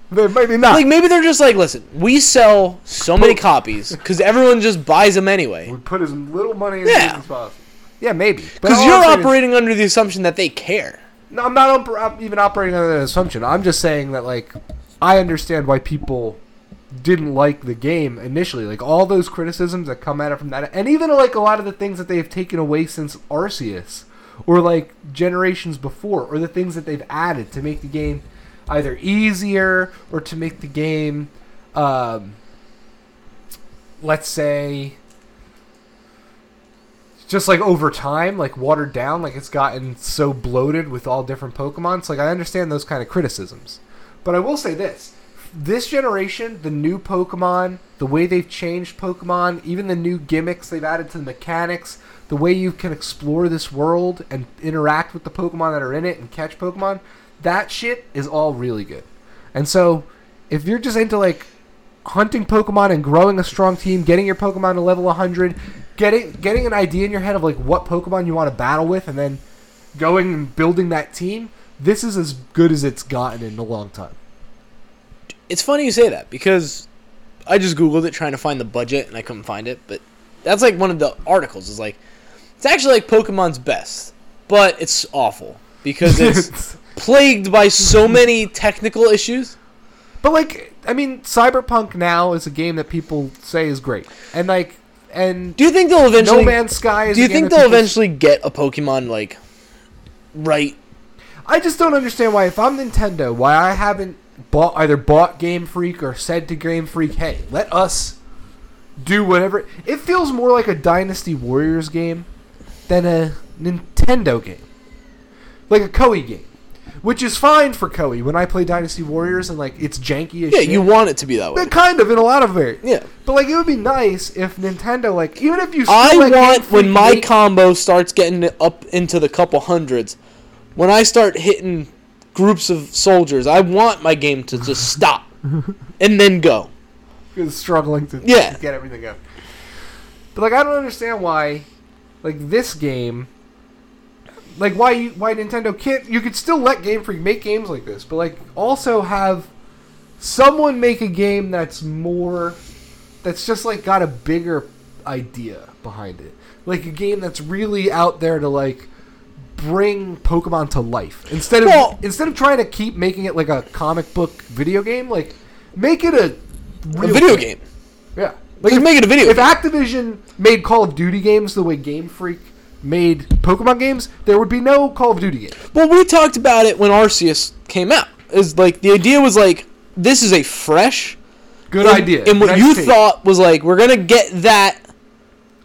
Speaker 1: Maybe not.
Speaker 2: like maybe they're just like listen, we sell so many copies because everyone just buys them anyway.
Speaker 1: would put as little money in
Speaker 2: Yeah.
Speaker 1: it as possible. Yeah, maybe.
Speaker 2: Because you're operating under the assumption that they care.
Speaker 1: No, I'm not op- op- even operating on that assumption. I'm just saying that, like, I understand why people didn't like the game initially. Like, all those criticisms that come at it from that, and even, like, a lot of the things that they have taken away since Arceus, or, like, generations before, or the things that they've added to make the game either easier or to make the game, um, let's say, just like over time, like watered down, like it's gotten so bloated with all different Pokemon. So like I understand those kind of criticisms, but I will say this: this generation, the new Pokemon, the way they've changed Pokemon, even the new gimmicks they've added to the mechanics, the way you can explore this world and interact with the Pokemon that are in it and catch Pokemon, that shit is all really good. And so, if you're just into like hunting Pokemon and growing a strong team, getting your Pokemon to level 100, getting getting an idea in your head of like what Pokemon you want to battle with, and then going and building that team. This is as good as it's gotten in a long time.
Speaker 2: It's funny you say that because I just googled it trying to find the budget and I couldn't find it. But that's like one of the articles is like it's actually like Pokemon's best, but it's awful
Speaker 1: <laughs>
Speaker 2: because it's plagued by so many technical issues.
Speaker 1: But like, I mean, Cyberpunk now is a game that people say is great, and like, and
Speaker 2: Do you think they'll
Speaker 1: No
Speaker 2: eventually?
Speaker 1: Man's Sky is.
Speaker 2: do you
Speaker 1: a game
Speaker 2: think
Speaker 1: that
Speaker 2: they'll
Speaker 1: people-
Speaker 2: eventually get a Pokemon like right?
Speaker 1: I just don't understand why, if I'm Nintendo, why I haven't bought either bought Game Freak or said to Game Freak, "Hey, let us do whatever." It feels more like a Dynasty Warriors game than a Nintendo game, like a Koei game, which is fine for Koei. When I play Dynasty Warriors and like it's janky as
Speaker 2: Yeah,
Speaker 1: shit.
Speaker 2: you want it to be that way.
Speaker 1: But kind of in a lot of it.
Speaker 2: Yeah.
Speaker 1: But like it would be nice if Nintendo like even if you still
Speaker 2: I
Speaker 1: let Game
Speaker 2: want
Speaker 1: Freak
Speaker 2: when my
Speaker 1: make-
Speaker 2: combo starts getting up into the couple hundreds, when I start hitting groups of soldiers, I want my game to
Speaker 1: <laughs>
Speaker 2: just stop and then go.
Speaker 1: is struggling to
Speaker 2: Yeah.
Speaker 1: get everything up. But like I don't understand why like this game like why you, why Nintendo can't you could still let Game Freak make games like this, but like also have someone make a game that's more that's just like got a bigger idea behind it. Like a game that's really out there to like bring Pokemon to life. Instead of
Speaker 2: Well-
Speaker 1: instead of trying to keep making it like a comic book video game, like make it a,
Speaker 2: A
Speaker 1: real
Speaker 2: video
Speaker 1: thing.
Speaker 2: game.
Speaker 1: Yeah.
Speaker 2: Like, make it a video.
Speaker 1: If
Speaker 2: game.
Speaker 1: Activision made Call of Duty games the way Game Freak made Pokemon games, there would be no Call of Duty game.
Speaker 2: well, we talked about it when Arceus came out. Is like the idea was like this is a fresh
Speaker 1: Good idea.
Speaker 2: and what
Speaker 1: Nice
Speaker 2: you
Speaker 1: take.
Speaker 2: thought was like we're gonna get that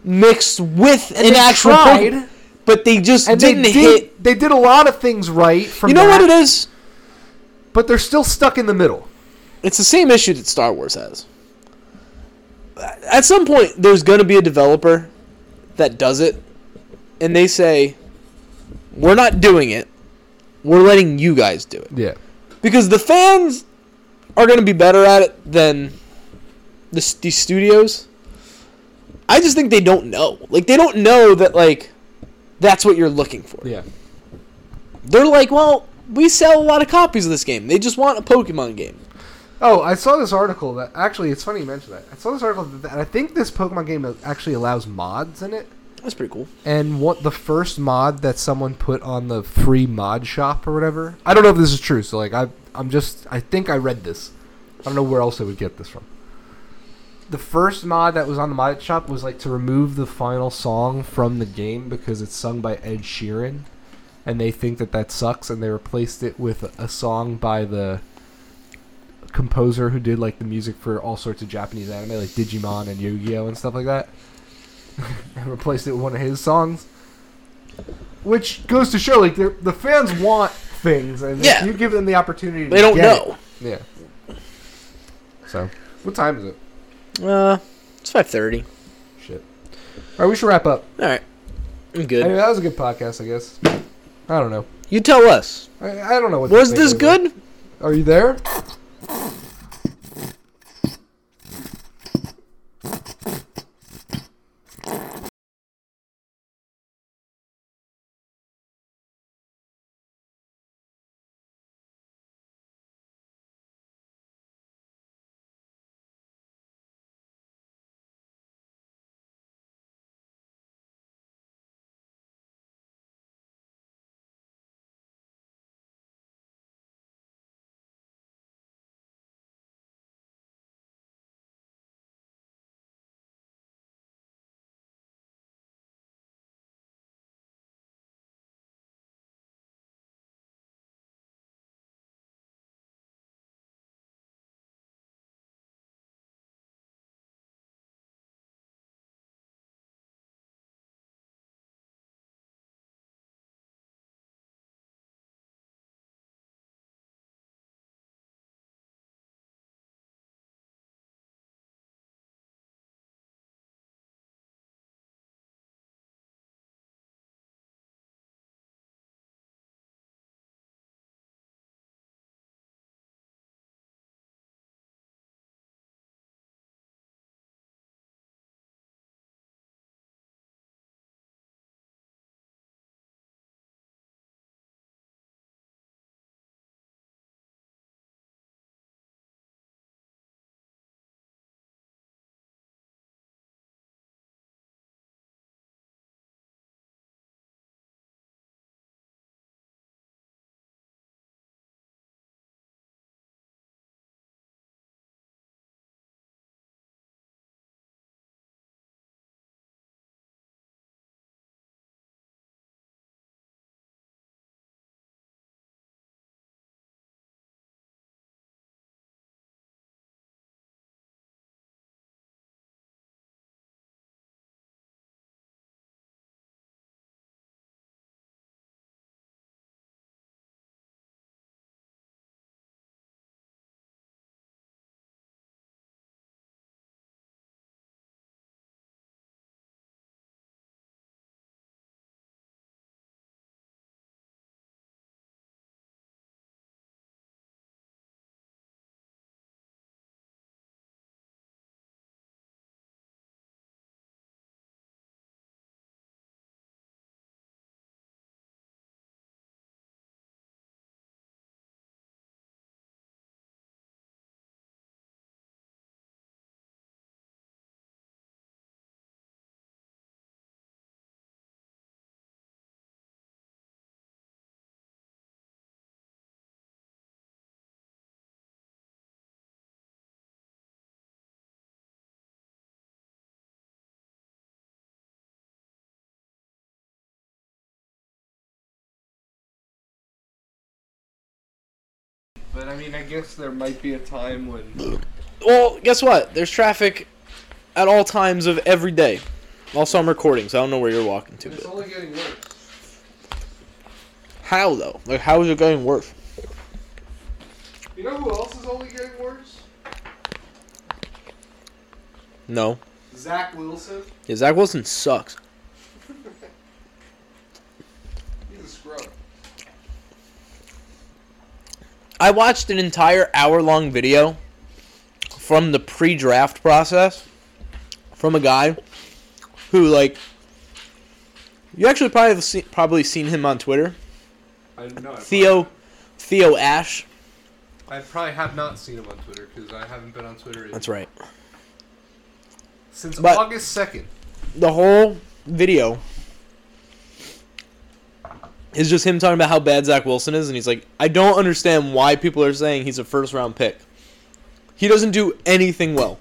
Speaker 2: mixed with an
Speaker 1: they
Speaker 2: actual
Speaker 1: tried.
Speaker 2: Pokemon, but they just
Speaker 1: and
Speaker 2: didn't
Speaker 1: they did,
Speaker 2: hit.
Speaker 1: They did a lot of things right. From
Speaker 2: You know
Speaker 1: that,
Speaker 2: what it is?
Speaker 1: But they're still stuck in the middle.
Speaker 2: it's the same issue that Star Wars has. At some point, there's going to be a developer that does it, and they say, "We're not doing it. We're letting you guys do it
Speaker 1: Yeah.
Speaker 2: because the fans are going to be better at it than the s- these studios." I just think they don't know. Like they don't know that like that's what you're looking for.
Speaker 1: Yeah.
Speaker 2: They're like, "Well, we sell a lot of copies of this game. They just want a Pokemon game."
Speaker 1: Oh, I saw this article that actually it's funny you mentioned that. I saw this article that and I think this Pokemon game actually allows mods in it.
Speaker 2: That's pretty cool.
Speaker 1: and what the first mod that someone put on the free mod shop or whatever. I don't know if this is true, so like I I'm just I think I read this. I don't know where else I would get this from. The first mod that was on the mod shop was like to remove the final song from the game because it's sung by Ed Sheeran and they think that that sucks and they replaced it with a song by the composer who did like the music for all sorts of Japanese anime like Digimon and Yu-Gi-Oh and stuff like that <laughs> and replaced it with one of his songs. Which goes to show, like, they're- the fans want things, and if
Speaker 2: Yeah.
Speaker 1: you give them the opportunity. To
Speaker 2: They don't
Speaker 1: get
Speaker 2: know.
Speaker 1: it- Yeah. So, what time is it?
Speaker 2: Uh, it's five thirty.
Speaker 1: Shit. All right, we should wrap up.
Speaker 2: All right, I'm
Speaker 1: Anyway,
Speaker 2: good.
Speaker 1: that was a good podcast, I guess. I don't know.
Speaker 2: You tell us.
Speaker 1: I, I don't know what. to
Speaker 2: Was
Speaker 1: think
Speaker 2: this
Speaker 1: of it.
Speaker 2: good?
Speaker 1: Are you there? But I mean, I guess there might be a time when.
Speaker 2: Well, guess what? There's traffic at all times of every day. Also, I'm recording, so I don't know where you're walking to.
Speaker 1: It's
Speaker 2: But
Speaker 1: only getting worse.
Speaker 2: how though? Like, how is it getting worse?
Speaker 1: You know who else is only getting worse?
Speaker 2: No,
Speaker 1: Zach Wilson.
Speaker 2: yeah, Zach Wilson sucks.
Speaker 1: He's a scrub.
Speaker 2: I watched an entire hour long video from the pre draft process from a guy who, like, you actually probably have seen, probably seen him on Twitter.
Speaker 1: I know. I
Speaker 2: Theo, Theo Ash.
Speaker 1: Probably, I probably have not seen him on Twitter because I haven't been on Twitter in-
Speaker 2: That's right.
Speaker 1: since
Speaker 2: But-
Speaker 1: August second.
Speaker 2: The whole video is just him talking about how bad Zach Wilson is, and he's like, I don't understand why people are saying he's a first round pick. He doesn't do anything well.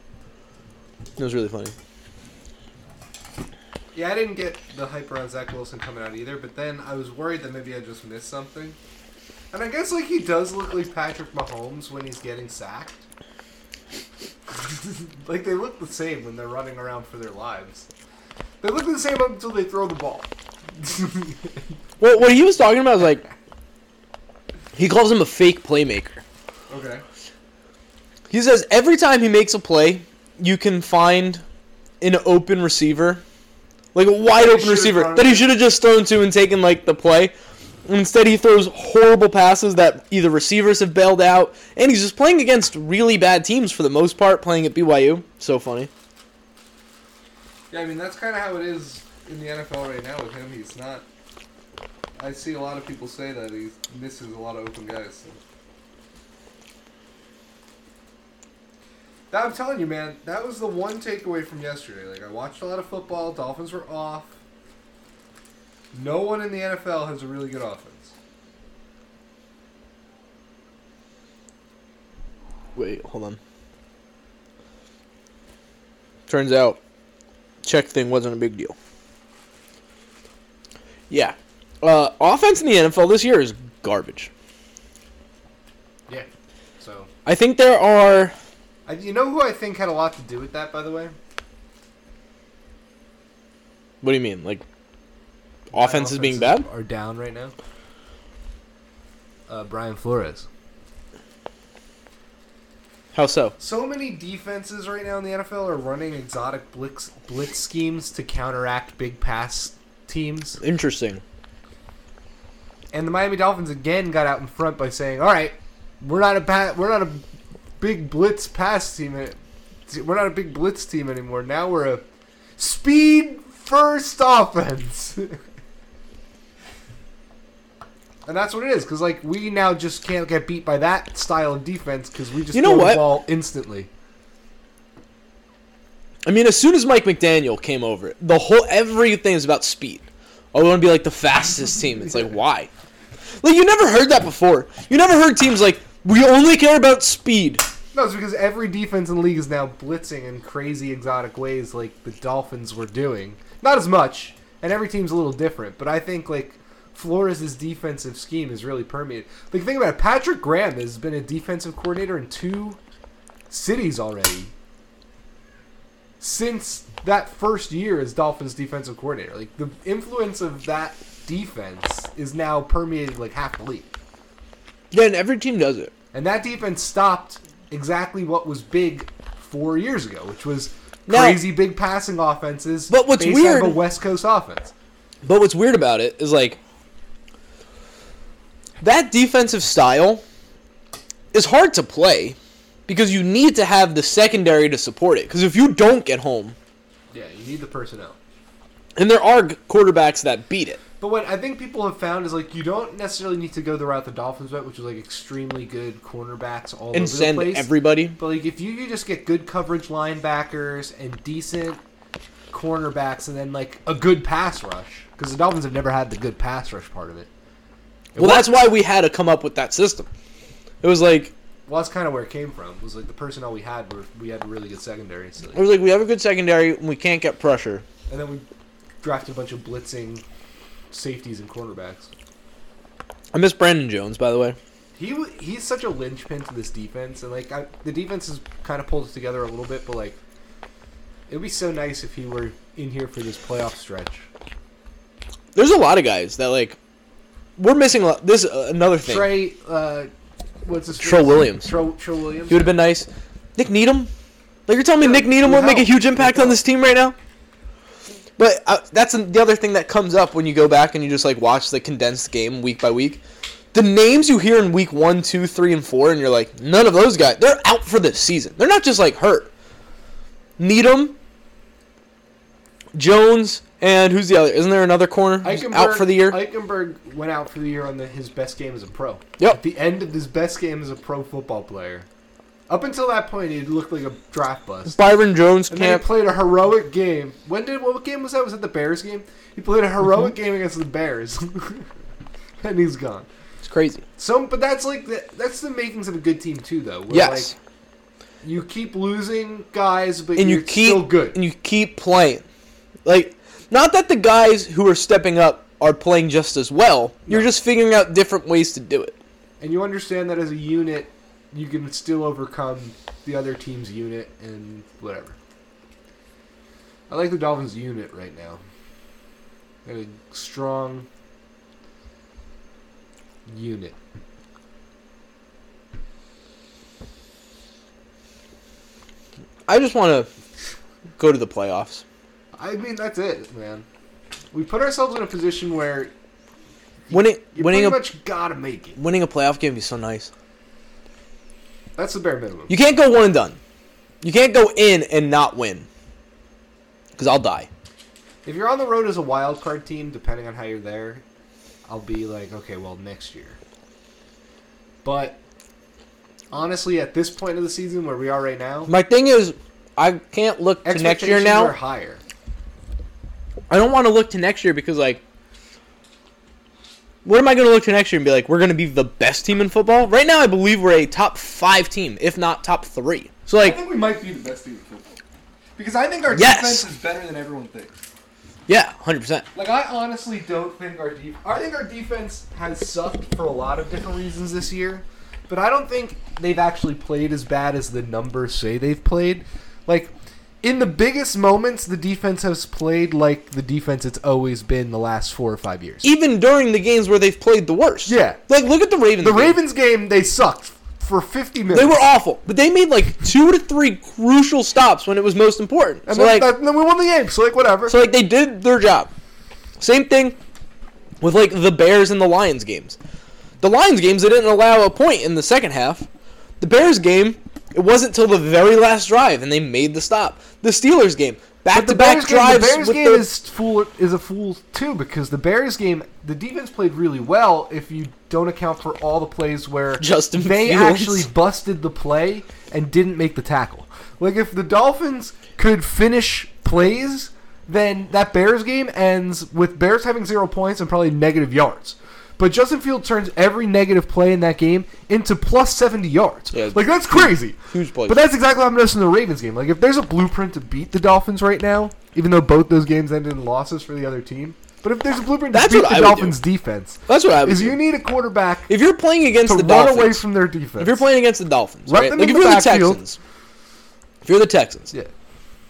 Speaker 2: It was really funny.
Speaker 1: Yeah, I didn't get the hype around Zach Wilson coming out either, but then I was worried that maybe I just missed something. And I guess like he does look like Patrick Mahomes when he's getting sacked. <laughs> like they look the same when they're running around for their lives. They look the same up until they throw the ball. <laughs>
Speaker 2: Well, what he was talking about is like he calls him a fake playmaker.
Speaker 1: okay.
Speaker 2: He says every time he makes a play, you can find an open receiver, like a wide
Speaker 1: he
Speaker 2: open
Speaker 1: should've
Speaker 2: receiver
Speaker 1: thrown
Speaker 2: that he
Speaker 1: to.
Speaker 2: should have just thrown to and taken like the play. And Instead, he throws horrible passes that either receivers have bailed out, and he's just playing against really bad teams for the most part. Playing at BYU, so funny.
Speaker 1: Yeah, I mean that's kind of how it is in the NFL right now with him. He's not. I see a lot of people say that he misses a lot of open guys. So. That, I'm telling you, man, that was the one takeaway from yesterday. Like I watched a lot of football. Dolphins were off. No one in the NFL has a really good offense.
Speaker 2: Wait, hold on. Turns out, check thing wasn't a big deal. Yeah. Uh, offense in the NFL this year is garbage.
Speaker 1: Yeah. So
Speaker 2: I think there are.
Speaker 1: I, you know who I think had a lot to do with that, by the way.
Speaker 2: What do you mean? Like, offense is being bad?
Speaker 1: Are down right now. Uh, Brian Flores.
Speaker 2: How so?
Speaker 1: So many defenses right now in the NFL are running exotic blitz, blitz schemes to counteract big pass teams.
Speaker 2: Interesting.
Speaker 1: And the Miami Dolphins again got out in front by saying, "All right, we're not a pa- we're not a big blitz pass team. any- We're not a big blitz team anymore. Now we're a speed first offense." <laughs> And that's what it is, because like we now just can't get beat by that style of defense because we just
Speaker 2: You know
Speaker 1: throw
Speaker 2: what?
Speaker 1: the ball instantly.
Speaker 2: I mean, as soon as Mike McDaniel came over, the whole everything is about speed. Oh, we want to be like the fastest team. It's like why? Like you never heard that before. You never heard teams like we only care about speed.
Speaker 1: No, it's because every defense in the league is now blitzing in crazy exotic ways like the Dolphins were doing. Not as much, and every team's a little different, but I think like Flores' defensive scheme is really permeated. Like think about it, Patrick Graham has been a defensive coordinator in two cities already. Since that first year as Dolphins defensive coordinator. Like the influence of that defense is now permeating like half the league.
Speaker 2: Yeah, and every team does it.
Speaker 1: And that defense stopped exactly what was big four years ago, which was
Speaker 2: Now-
Speaker 1: crazy big passing offenses.
Speaker 2: But what's
Speaker 1: based out
Speaker 2: weird-
Speaker 1: of a West Coast offense.
Speaker 2: But what's weird about it is like that defensive style is hard to play because you need to have the secondary to support it. Because if you don't get home,
Speaker 1: Yeah, you need the personnel.
Speaker 2: and there are g- quarterbacks that beat it.
Speaker 1: But what I think people have found is like you don't necessarily need to go the route the Dolphins went, which is like extremely good cornerbacks all
Speaker 2: and
Speaker 1: over
Speaker 2: send
Speaker 1: the place.
Speaker 2: everybody.
Speaker 1: But like if you, you just get good coverage linebackers and decent cornerbacks, and then like a good pass rush, because the Dolphins have never had the good pass rush part of it.
Speaker 2: Well, that's why we had to come up with that system. It was like
Speaker 1: Well, that's kind of where it came from. Was like the personnel we had were we had a really good secondary, so
Speaker 2: it was like we have a good secondary and we can't get pressure.
Speaker 1: and then we drafted a bunch of blitzing safeties and cornerbacks.
Speaker 2: I miss Brandon Jones, by the way.
Speaker 1: He w- he's such a linchpin to this defense, and like I, the defense is kind of pulled together a little bit, but like it would be so nice if he were in here for this playoff stretch.
Speaker 2: There's a lot of guys that like we're missing. A lot. This uh, another thing.
Speaker 1: Trey, uh, what's his
Speaker 2: Trill
Speaker 1: name?
Speaker 2: Williams.
Speaker 1: Trill, Trill Williams.
Speaker 2: He would have been nice. Nick Needham. Like you're telling me Nick Needham
Speaker 1: would
Speaker 2: won't make a
Speaker 1: help.
Speaker 2: huge impact
Speaker 1: Would
Speaker 2: on this team right now. But uh, that's an- the other thing that comes up when you go back and you just like watch the condensed game week by week. The names you hear in week one, two, three, and four, and you're like, none of those guys. They're out for this season. They're not just like hurt. Needham, Jones, and who's the other? Isn't there another corner who's
Speaker 1: Eichenberg,
Speaker 2: out for the year?
Speaker 1: Eichenberg went out for the year on the, his best game as a pro.
Speaker 2: Yep.
Speaker 1: At the end of his best game as a pro football player. Up until that point, he looked like a draft bust.
Speaker 2: Byron Jones
Speaker 1: And then
Speaker 2: can't.
Speaker 1: he played a heroic game. When did what game was that? Was it the Bears game? He played
Speaker 2: Mm-hmm.
Speaker 1: a heroic game against the Bears, <laughs> and he's gone.
Speaker 2: It's crazy.
Speaker 1: So, but that's like the, that's the makings of a good team too, though. where,
Speaker 2: Yes.
Speaker 1: like, you keep losing guys, but
Speaker 2: and
Speaker 1: you're
Speaker 2: you keep
Speaker 1: still good.
Speaker 2: and you keep playing. Like, not that the guys who are stepping up are playing just as well. You're just figuring out different ways to do it.
Speaker 1: and you understand that as a unit, you can still overcome the other team's unit and whatever. I like the Dolphins' unit right now. They have a strong unit.
Speaker 2: I just want to go to the playoffs.
Speaker 1: I mean, that's it, man. We put ourselves in a position where
Speaker 2: Winning
Speaker 1: you
Speaker 2: winning
Speaker 1: pretty
Speaker 2: a
Speaker 1: much gotta make it.
Speaker 2: winning a playoff game would be so nice.
Speaker 1: That's the bare minimum.
Speaker 2: You can't go one and done. You can't go in and not win. Cuz I'll die.
Speaker 1: If you're on the road as a wild card team, depending on how you're there, I'll be like, okay, well, next year. But honestly, at this point of the season where we are right now,
Speaker 2: My thing is I can't look to next year
Speaker 1: expectations
Speaker 2: now.
Speaker 1: are higher.
Speaker 2: I don't want to look to next year because like what am I going to look to next year and be like we're going to be the best team in football? Right now I believe we're a top 5 team, if not top 3. So
Speaker 3: I
Speaker 2: like
Speaker 3: think we might be the best team in football. Because I think our
Speaker 2: Yes.
Speaker 3: defense is better than everyone thinks.
Speaker 2: yeah, 100%.
Speaker 1: Like I honestly don't think our def- I think our defense has sucked for a lot of different reasons this year, but I don't think they've actually played as bad as the numbers say they've played. Like in the biggest moments, the defense has played like the defense it's always been the last four or five years.
Speaker 2: Even during the games where they've played the worst.
Speaker 1: Yeah.
Speaker 2: Like look at the Ravens.
Speaker 1: The
Speaker 2: game.
Speaker 1: Ravens game, they sucked for 50 minutes.
Speaker 2: they were awful, but they made like two to three crucial stops when it was most important.
Speaker 1: And
Speaker 2: so
Speaker 1: then,
Speaker 2: like
Speaker 1: that- then we won the game, so like whatever.
Speaker 2: So like they did their job. Same thing with like the Bears and the Lions games. The Lions games they didn't allow a point in the second half. The Bears game it wasn't till the very last drive and they made the stop. The Steelers game back
Speaker 1: But
Speaker 2: to back
Speaker 1: Bears game-
Speaker 2: drives
Speaker 1: The Bears
Speaker 2: with
Speaker 1: game
Speaker 2: the
Speaker 1: is fool is a fool too because the Bears game the defense played really well if you don't account for all the plays where
Speaker 2: Justin
Speaker 1: they
Speaker 2: Fields.
Speaker 1: actually busted the play and didn't make the tackle. Like if the Dolphins could finish plays, then that Bears game ends with Bears having zero points and probably negative yards. But Justin Field turns every negative play in that game into plus 70 yards.
Speaker 2: Yeah.
Speaker 1: like, that's crazy.
Speaker 2: Huge plays.
Speaker 1: But that's exactly what I'm noticing in the Ravens game. Like, if there's a blueprint to beat the Dolphins right now, even though both those games ended in losses for the other team, but if there's a blueprint
Speaker 2: That's
Speaker 1: to beat
Speaker 2: what
Speaker 1: the
Speaker 2: I would do.
Speaker 1: Dolphins' defense,
Speaker 2: That's what I would
Speaker 1: is
Speaker 2: do.
Speaker 1: you need a quarterback
Speaker 2: if you're playing
Speaker 1: to
Speaker 2: against the
Speaker 1: run away
Speaker 2: Dolphins,
Speaker 1: from their defense.
Speaker 2: if you're playing against the Dolphins,
Speaker 1: Let
Speaker 2: right?
Speaker 1: them
Speaker 2: Like
Speaker 1: in the
Speaker 2: if you're the
Speaker 1: backfield.
Speaker 2: Texans, if you're the Texans,
Speaker 1: yeah.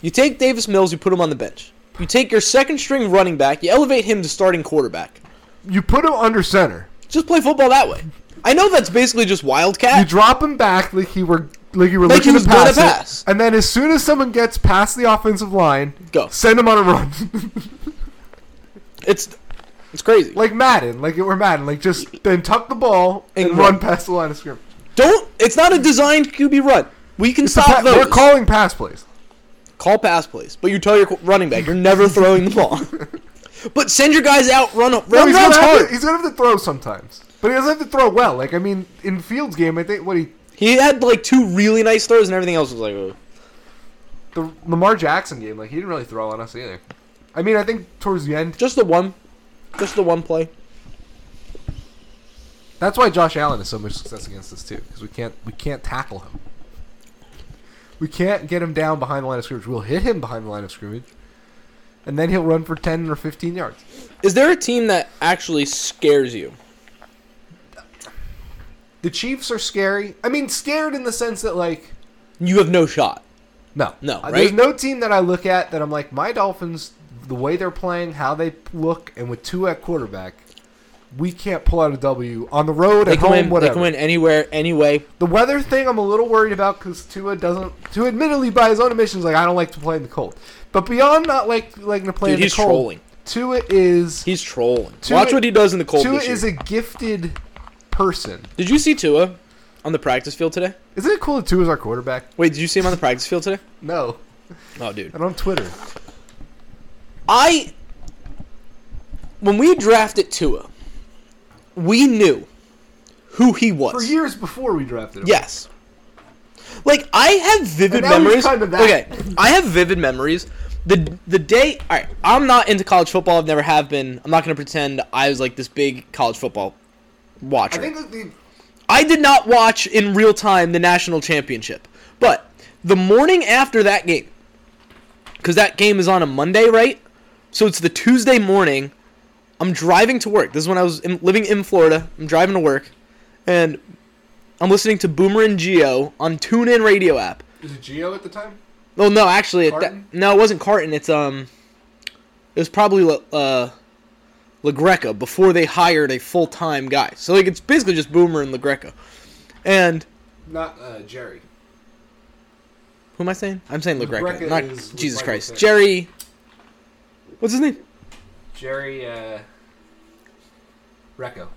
Speaker 2: You take Davis Mills, you put him on the bench. You take your second string running back, you elevate him to starting quarterback.
Speaker 1: You put him under center.
Speaker 2: Just play football that way. I know that's basically just
Speaker 1: You
Speaker 2: wildcat.
Speaker 1: drop him back like he were like you were
Speaker 2: Like he
Speaker 1: looking
Speaker 2: was
Speaker 1: to
Speaker 2: gonna
Speaker 1: pass, it,
Speaker 2: pass.
Speaker 1: and then as soon as someone gets past the offensive line,
Speaker 2: Go.
Speaker 1: send him on a run, <laughs>
Speaker 2: It's it's crazy.
Speaker 1: like Madden, like it were Madden, like just then tuck the ball and,
Speaker 2: And
Speaker 1: run.
Speaker 2: run.
Speaker 1: past the line of scrimmage.
Speaker 2: Don't. It's not a designed QB run. We can
Speaker 1: It's a
Speaker 2: stop
Speaker 1: pa-
Speaker 2: those.
Speaker 1: We're calling pass plays.
Speaker 2: Call pass plays, but you tell your qu- running back you're never throwing the ball. <laughs> but send your guys out, run run
Speaker 1: No, he's, gonna
Speaker 2: routes
Speaker 1: have to,
Speaker 2: hard.
Speaker 1: he's gonna have to throw sometimes, but he doesn't have to throw well. Like I mean, in Fields' game, I think what he
Speaker 2: He had like two really nice throws, and everything else was like, uh,
Speaker 1: the Lamar Jackson game, like he didn't really throw on us either. I mean, I think towards the end,
Speaker 2: just the one, just the one play.
Speaker 1: That's why Josh Allen has so much success against us too, because we can't we can't tackle him. We can't get him down behind the line of scrimmage. We'll hit him behind the line of scrimmage, and then he'll run for ten or fifteen yards.
Speaker 2: Is there a team that actually scares you?
Speaker 1: The Chiefs are scary. I mean, scared in the sense that like
Speaker 2: You have no shot.
Speaker 1: no,
Speaker 2: No,
Speaker 1: Uh, There's
Speaker 2: right?
Speaker 1: no team that I look at that I'm like my Dolphins. The way they're playing, how they look, and with two at quarterback, we can't pull out a W on the road
Speaker 2: They
Speaker 1: at
Speaker 2: can
Speaker 1: home.
Speaker 2: win.
Speaker 1: whatever.
Speaker 2: They can win anywhere, anyway.
Speaker 1: The weather thing, I'm a little worried about because Tua doesn't. Tua, admittedly, by his own admissions, like I don't like to play in the cold. But beyond not like liking to play
Speaker 2: Dude,
Speaker 1: in the
Speaker 2: he's
Speaker 1: cold,
Speaker 2: trolling.
Speaker 1: Tua is
Speaker 2: He's trolling.
Speaker 1: Tua-
Speaker 2: Watch what he does in the cold.
Speaker 1: Tua
Speaker 2: this year.
Speaker 1: is a gifted person.
Speaker 2: Did you see Tua on the practice field today?
Speaker 1: Isn't it cool that Tua's our quarterback?
Speaker 2: Wait, did you see him on the practice field today?
Speaker 1: No,
Speaker 2: Oh, dude.
Speaker 1: and on Twitter,
Speaker 2: I when we drafted Tua, we knew who he was.
Speaker 1: for years before we drafted him.
Speaker 2: Yes. Like I have
Speaker 1: And
Speaker 2: vivid
Speaker 1: now we've
Speaker 2: memories.
Speaker 1: come to that.
Speaker 2: Okay, I have vivid memories. The the day. All right, I'm not into college football. I've never have been. I'm not gonna pretend I was like this big college football watcher.
Speaker 1: I think that the
Speaker 2: I did not watch in real time the national championship, but the morning after that game, because that game is on a Monday, right? So it's the Tuesday morning. I'm driving to work. This is when I was in, living in Florida. I'm driving to work, and I'm listening to Boomer and Geo on TuneIn Radio app.
Speaker 1: was it Geo at the time.
Speaker 2: Oh no, actually, it, that,
Speaker 1: Carton?
Speaker 2: no, it wasn't Carton. It's um, it was probably La- uh, LaGreca before they hired a full time guy. So like, it's basically just Boomer and LaGreca, and
Speaker 1: Not uh, Jerry.
Speaker 2: Who am I saying? I'm saying LaGreca,
Speaker 1: LaGreca
Speaker 2: not
Speaker 1: is
Speaker 2: Jesus
Speaker 1: Michael
Speaker 2: Christ.
Speaker 1: Vick.
Speaker 2: Jerry. What's his name?
Speaker 1: Jerry uh, Recco.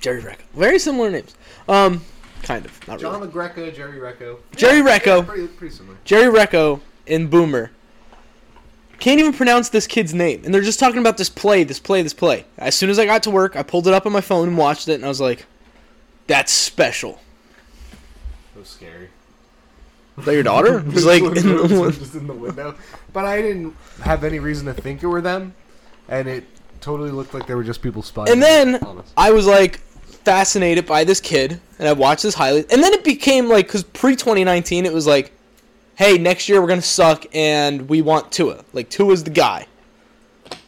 Speaker 2: Jerry Recco. Very similar names. Um, kind of. Not really.
Speaker 1: John LaGreca, Jerry Recco.
Speaker 2: Jerry Recco.
Speaker 1: Pretty, pretty similar.
Speaker 2: Jerry Recco and Boomer. Can't even pronounce this kid's name. And they're just talking about this play, this play, this play. As soon as I got to work, I pulled it up on my phone and watched it, and I was like, that's special.
Speaker 1: That was
Speaker 2: <laughs>
Speaker 1: scary.
Speaker 2: Is that your daughter? It's like,
Speaker 1: <laughs> just in the window. But I didn't have any reason to think it were them, and it totally looked like they were just people spying.
Speaker 2: And
Speaker 1: on
Speaker 2: then
Speaker 1: us.
Speaker 2: I was like fascinated by this kid, and I watched his highlights. And then it became like, because pre 2019, it was like, hey, next year we're going to suck, and we want Tua. Like, Tua's the guy.
Speaker 1: watch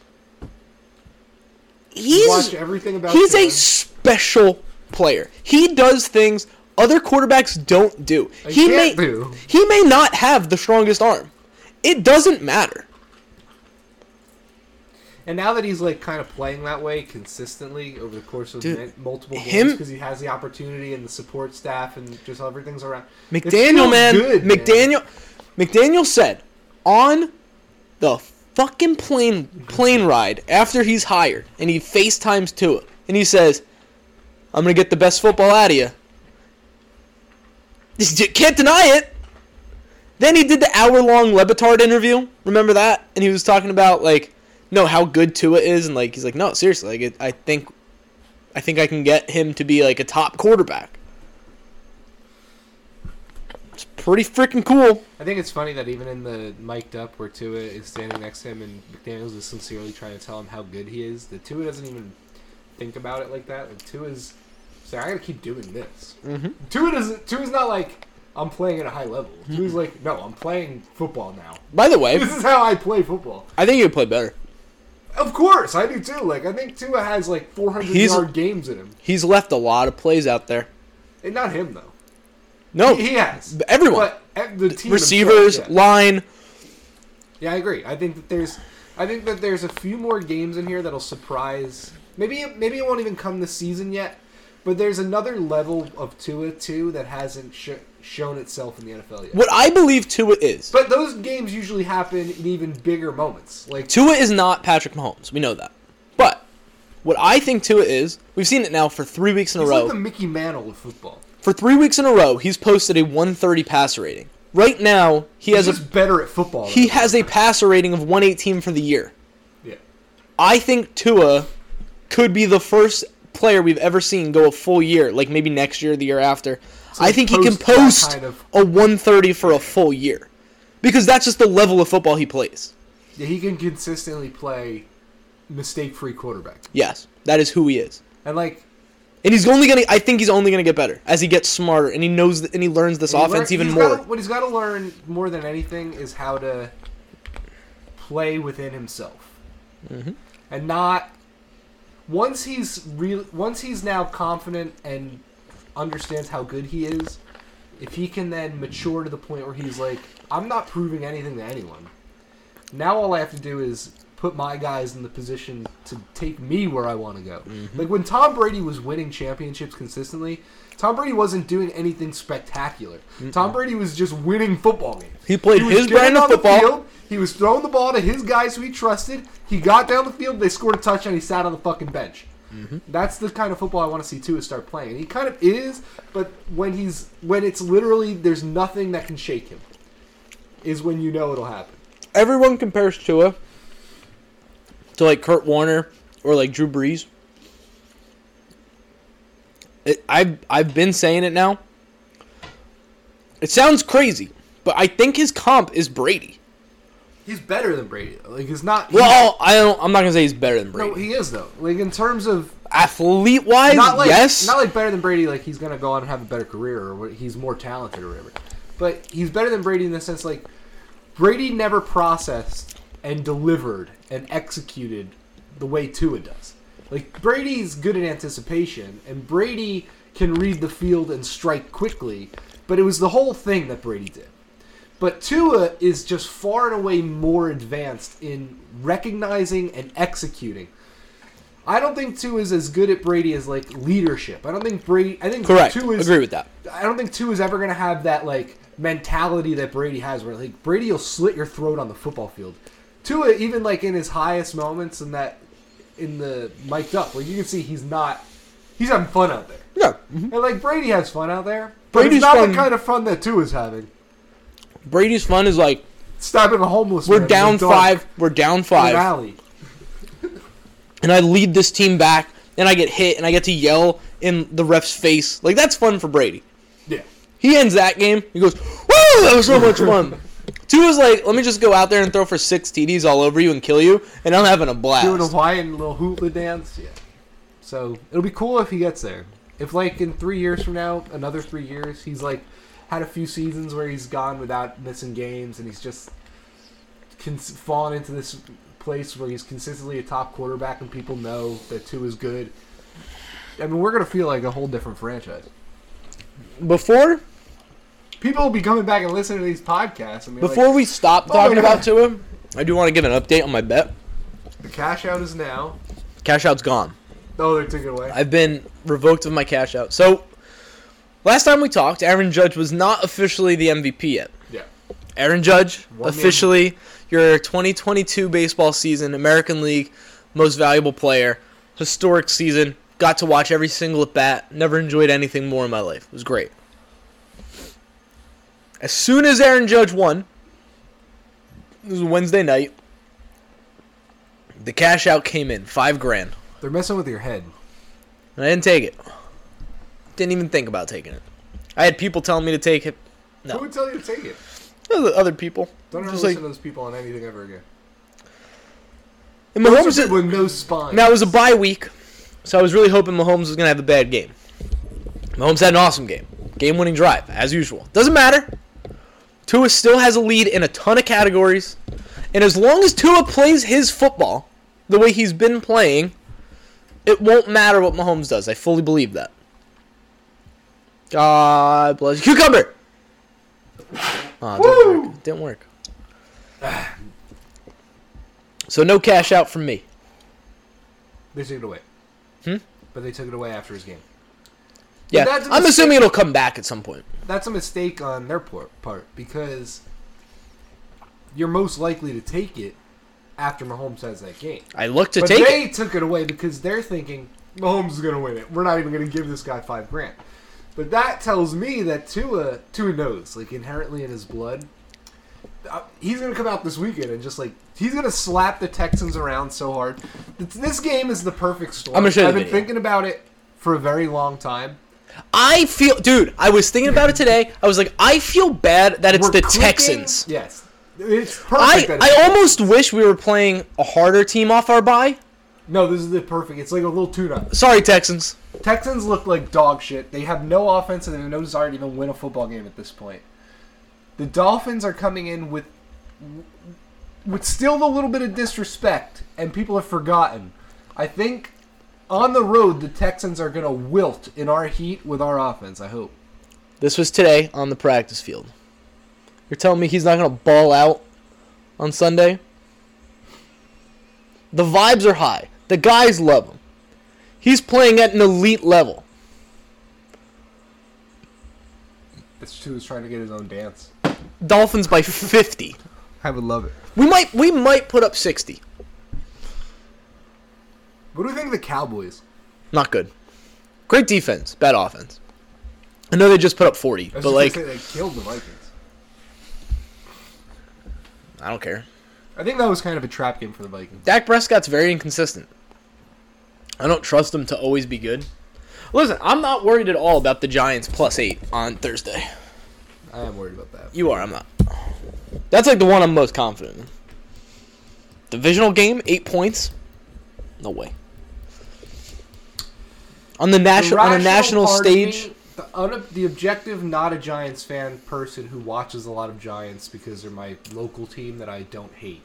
Speaker 2: He's,
Speaker 1: everything about.
Speaker 2: he's a
Speaker 1: Tua.
Speaker 2: special player. He does things other quarterbacks don't do.
Speaker 1: They
Speaker 2: He may,
Speaker 1: can't do.
Speaker 2: he may not have the strongest arm. It doesn't matter.
Speaker 1: and now that he's like kind of playing that way consistently over the course of
Speaker 2: Dude,
Speaker 1: ma- multiple
Speaker 2: him-
Speaker 1: games because he has the opportunity and the support staff and just everything's around. It
Speaker 2: McDaniel,
Speaker 1: feels
Speaker 2: man.
Speaker 1: good, man.
Speaker 2: McDaniel. McDaniel said on the fucking plane plane ride after he's hired, and he FaceTimes to it, and he says, "I'm gonna get the best football out <laughs> of you." This dude Can't deny it. Then he did the hour-long Lebitard interview. Remember that? And he was talking about like, no, how good Tua is, and like he's like, no, seriously, like it, I think, I think I can get him to be like a top quarterback. It's pretty freaking cool.
Speaker 1: I think it's funny that even in the mic'd up where Tua is standing next to him and McDaniels is sincerely trying to tell him how good he is, that Tua doesn't even think about it like that. Like Tua's saying, I gotta keep doing this.
Speaker 2: Mhm.
Speaker 1: Tua doesn't Tua's not like I'm playing at a high level.
Speaker 2: Mm-hmm.
Speaker 1: Tua's like, No, I'm playing football now. <laughs>
Speaker 2: By the way,
Speaker 1: This is how I play football.
Speaker 2: I think he would play better.
Speaker 1: Of course, I do too. Like I think Tua has like four hundred
Speaker 2: He's-
Speaker 1: yard games in him.
Speaker 2: He's left a lot of plays out there.
Speaker 1: And not him though.
Speaker 2: No,
Speaker 1: He has.
Speaker 2: But everyone.
Speaker 1: But eh, the team
Speaker 2: receivers,
Speaker 1: himself, yeah.
Speaker 2: line.
Speaker 1: Yeah, I agree. I think that there's, I think that there's a few more games in here that'll surprise. Maybe it, maybe it won't even come this season yet, but there's another level of Tua too that hasn't sh- shown itself in the NFL yet.
Speaker 2: What I believe Tua is.
Speaker 1: But those games usually happen in even bigger moments. Like
Speaker 2: Tua is not Patrick Mahomes. We know that. But what I think Tua is, we've seen it now for three weeks in a
Speaker 1: he's
Speaker 2: row.
Speaker 1: like the Mickey Mantle of football.
Speaker 2: for three weeks in a row, he's posted a 130 passer rating. Right now, he
Speaker 1: He's
Speaker 2: has
Speaker 1: just
Speaker 2: a
Speaker 1: better at football.
Speaker 2: he
Speaker 1: though.
Speaker 2: has a passer rating of 118 for the year.
Speaker 1: yeah.
Speaker 2: I think Tua could be the first player we've ever seen go a full year, like maybe next year, the year after. I think he can
Speaker 1: post that
Speaker 2: post
Speaker 1: kind of-
Speaker 2: a 130 for a full year because that's just the level of football he plays.
Speaker 1: yeah, he can consistently play mistake-free quarterback,
Speaker 2: Yes, that is who he is,
Speaker 1: and like
Speaker 2: and he's only gonna. I think he's only gonna get better as he gets smarter and he knows th- and he learns this
Speaker 1: He
Speaker 2: offense
Speaker 1: learn-
Speaker 2: even
Speaker 1: he's
Speaker 2: more.
Speaker 1: gotta- what he's got to learn more than anything is how to play within himself,
Speaker 2: Mm-hmm.
Speaker 1: and not once he's real. Once he's now confident and understands how good he is, if he can then mature to the point where he's like, I'm not proving anything to anyone. Now all I have to do is put my guys in the position to take me where I want to go.
Speaker 2: Mm-hmm.
Speaker 1: Like when Tom Brady was winning championships consistently, Tom Brady wasn't doing anything spectacular. Tom Brady was just winning football games.
Speaker 2: He played
Speaker 1: was
Speaker 2: his
Speaker 1: getting
Speaker 2: brand of
Speaker 1: on the
Speaker 2: football.
Speaker 1: field, he was throwing the ball to his guys who he trusted. He got down the field. They scored a touchdown. He sat on the fucking bench.
Speaker 2: Mm-hmm.
Speaker 1: That's the kind of football I want to see too. Is start playing. And he kind of is, but when he's when it's literally there's nothing that can shake him, is when you know it'll happen.
Speaker 2: Everyone compares Tua to like Kurt Warner or like Drew Brees. It, I've I've been saying it now. It sounds crazy, but I think his comp is Brady.
Speaker 1: He's better than Brady. though. Like he's not.
Speaker 2: Well, I don't. I'm not gonna say he's better than Brady.
Speaker 1: no, he is though. Like in terms of
Speaker 2: Athlete wise,
Speaker 1: not like
Speaker 2: yes.
Speaker 1: not like better than Brady. Like he's gonna go on and have a better career, or what- he's more talented, or whatever. But he's better than Brady in the sense like Brady never processed and delivered and executed the way Tua does. Like Brady's good at anticipation, and Brady can read the field and strike quickly. But it was the whole thing that Brady did. But Tua is just far and away more advanced in recognizing and executing. I don't think Tua is as good at Brady as like leadership. I don't think Brady. I think
Speaker 2: Correct.
Speaker 1: Tua is
Speaker 2: Agree with that.
Speaker 1: I don't think two is ever going to have that like mentality that Brady has, where like Brady will slit your throat on the football field. Tua, even like in his highest moments, and that in the mic'd up, like you can see he's not, he's having fun out there.
Speaker 2: Yeah.
Speaker 1: And like Brady has fun out there, but
Speaker 2: Brady's
Speaker 1: it's not
Speaker 2: fun-
Speaker 1: the kind of fun that two is having.
Speaker 2: Brady's fun is like
Speaker 1: Stabbing a homeless.
Speaker 2: we're
Speaker 1: man in the
Speaker 2: down
Speaker 1: dark
Speaker 2: five. We're down
Speaker 1: in an
Speaker 2: five.
Speaker 1: alley.
Speaker 2: and I lead this team back, and I get hit, and I get to yell in the ref's face. Like that's fun for Brady.
Speaker 1: Yeah.
Speaker 2: He ends that game. He goes, "Woo, that was so much fun." Two is like, "Let me just go out there and throw for six TDs all over you and kill you," and I'm having a blast.
Speaker 1: doing a Hawaiian little hula dance. Yeah. So it'll be cool if he gets there. If like in three years from now, another three years, he's like had a few seasons where he's gone without missing games, and he's just cons- fallen into this place where he's consistently a top quarterback, and people know that two is good. I mean, we're gonna feel like a whole different franchise.
Speaker 2: before
Speaker 1: People will be coming back and listening to these podcasts. I mean,
Speaker 2: before
Speaker 1: like,
Speaker 2: we stop
Speaker 1: Oh,
Speaker 2: talking
Speaker 1: yeah.
Speaker 2: about Tua, I do want to give an update on my bet.
Speaker 1: the cash out is now.
Speaker 2: Cash out's gone.
Speaker 1: Oh, they're taking it away.
Speaker 2: I've been revoked of my cash out. So last time we talked, Aaron Judge was not officially the MVP yet.
Speaker 1: yeah.
Speaker 2: Aaron Judge,
Speaker 1: One man.
Speaker 2: officially your 2022 baseball season, American League most valuable player, historic season. Got to watch every single at bat. Never enjoyed anything more in my life. It was great. As soon as Aaron Judge won, this was Wednesday night. The cash out came in five grand,
Speaker 1: They're messing with your head.
Speaker 2: and I didn't take it. Didn't even think about taking it. I had people telling me to take it. No.
Speaker 1: Who would tell you to take it?
Speaker 2: Other other people.
Speaker 1: Don't ever
Speaker 2: Just
Speaker 1: listen
Speaker 2: like-
Speaker 1: to those people on anything ever again.
Speaker 2: and Mahomes,
Speaker 1: Those are <laughs> with no spine.
Speaker 2: Now it was a bye week, so I was really hoping Mahomes was gonna have a bad game. Mahomes had an awesome game, game-winning drive as usual. Doesn't matter. Tua still has a lead in a ton of categories, and as long as Tua plays his football the way he's been playing, it won't matter what Mahomes does. I fully believe that. God bless you. Cucumber. Aw, didn't
Speaker 1: Woo!
Speaker 2: work. Didn't work. So no cash out from me.
Speaker 1: They took it away.
Speaker 2: Hmm?
Speaker 1: But they took it away after his game.
Speaker 2: Yeah,
Speaker 1: But that's a
Speaker 2: I'm
Speaker 1: mistake.
Speaker 2: assuming it'll come back at some point.
Speaker 1: That's a mistake on their por- part because you're most likely to take it after Mahomes has that game.
Speaker 2: I look to
Speaker 1: but
Speaker 2: take
Speaker 1: they
Speaker 2: it.
Speaker 1: took it away because they're thinking Mahomes is going to win it. We're not even going to give this guy five grand. But that tells me that Tua Tua knows, like inherently in his blood, uh, he's going to come out this weekend and just like he's going to slap the Texans around so hard. This, this game is the perfect storm.
Speaker 2: I'm gonna show you
Speaker 1: I've
Speaker 2: the
Speaker 1: been
Speaker 2: video.
Speaker 1: thinking about it for a very long time.
Speaker 2: I feel, dude. I was thinking about it today. I was like, I feel bad that it's
Speaker 1: We're
Speaker 2: the
Speaker 1: clicking-
Speaker 2: Texans.
Speaker 1: Yes, it's perfect.
Speaker 2: I
Speaker 1: that it's-
Speaker 2: I almost wish we were playing a harder team off our bye.
Speaker 1: no, this is the perfect. It's like a little tune-up.
Speaker 2: Sorry, Texans.
Speaker 1: Texans look like dog shit. They have no offense and they have no desire to even win a football game at this point. The Dolphins are coming in with with still a little bit of disrespect, and people have forgotten. I think on the road, the Texans are going to wilt in our heat with our offense, I hope.
Speaker 2: This was today on the practice field. You're telling me he's not going to ball out on Sunday? The vibes are high. The guys love him. He's playing at an elite level.
Speaker 1: This too is trying to get his own dance.
Speaker 2: Dolphins by 50.
Speaker 1: I would love it.
Speaker 2: We might we might put up 60.
Speaker 1: What do we think of the Cowboys?
Speaker 2: Not good. Great defense, bad offense. I know they just put up 40,
Speaker 1: I was
Speaker 2: but
Speaker 1: just
Speaker 2: like
Speaker 1: gonna say they killed the Vikings.
Speaker 2: I don't care.
Speaker 1: I think that was kind of a trap game for the Vikings.
Speaker 2: Dak Prescott's very inconsistent. I don't trust him to always be good. Listen, I'm not worried at all about the Giants plus 8 on Thursday.
Speaker 1: I am worried about that.
Speaker 2: You are. I'm not. That's like the one I'm most confident in. Divisional game, eight points. No way. On the national on a
Speaker 1: rational
Speaker 2: national
Speaker 1: part of me,
Speaker 2: stage,
Speaker 1: the, un- the objective, not a Giants fan person who watches a lot of Giants because they're my local team that I don't hate,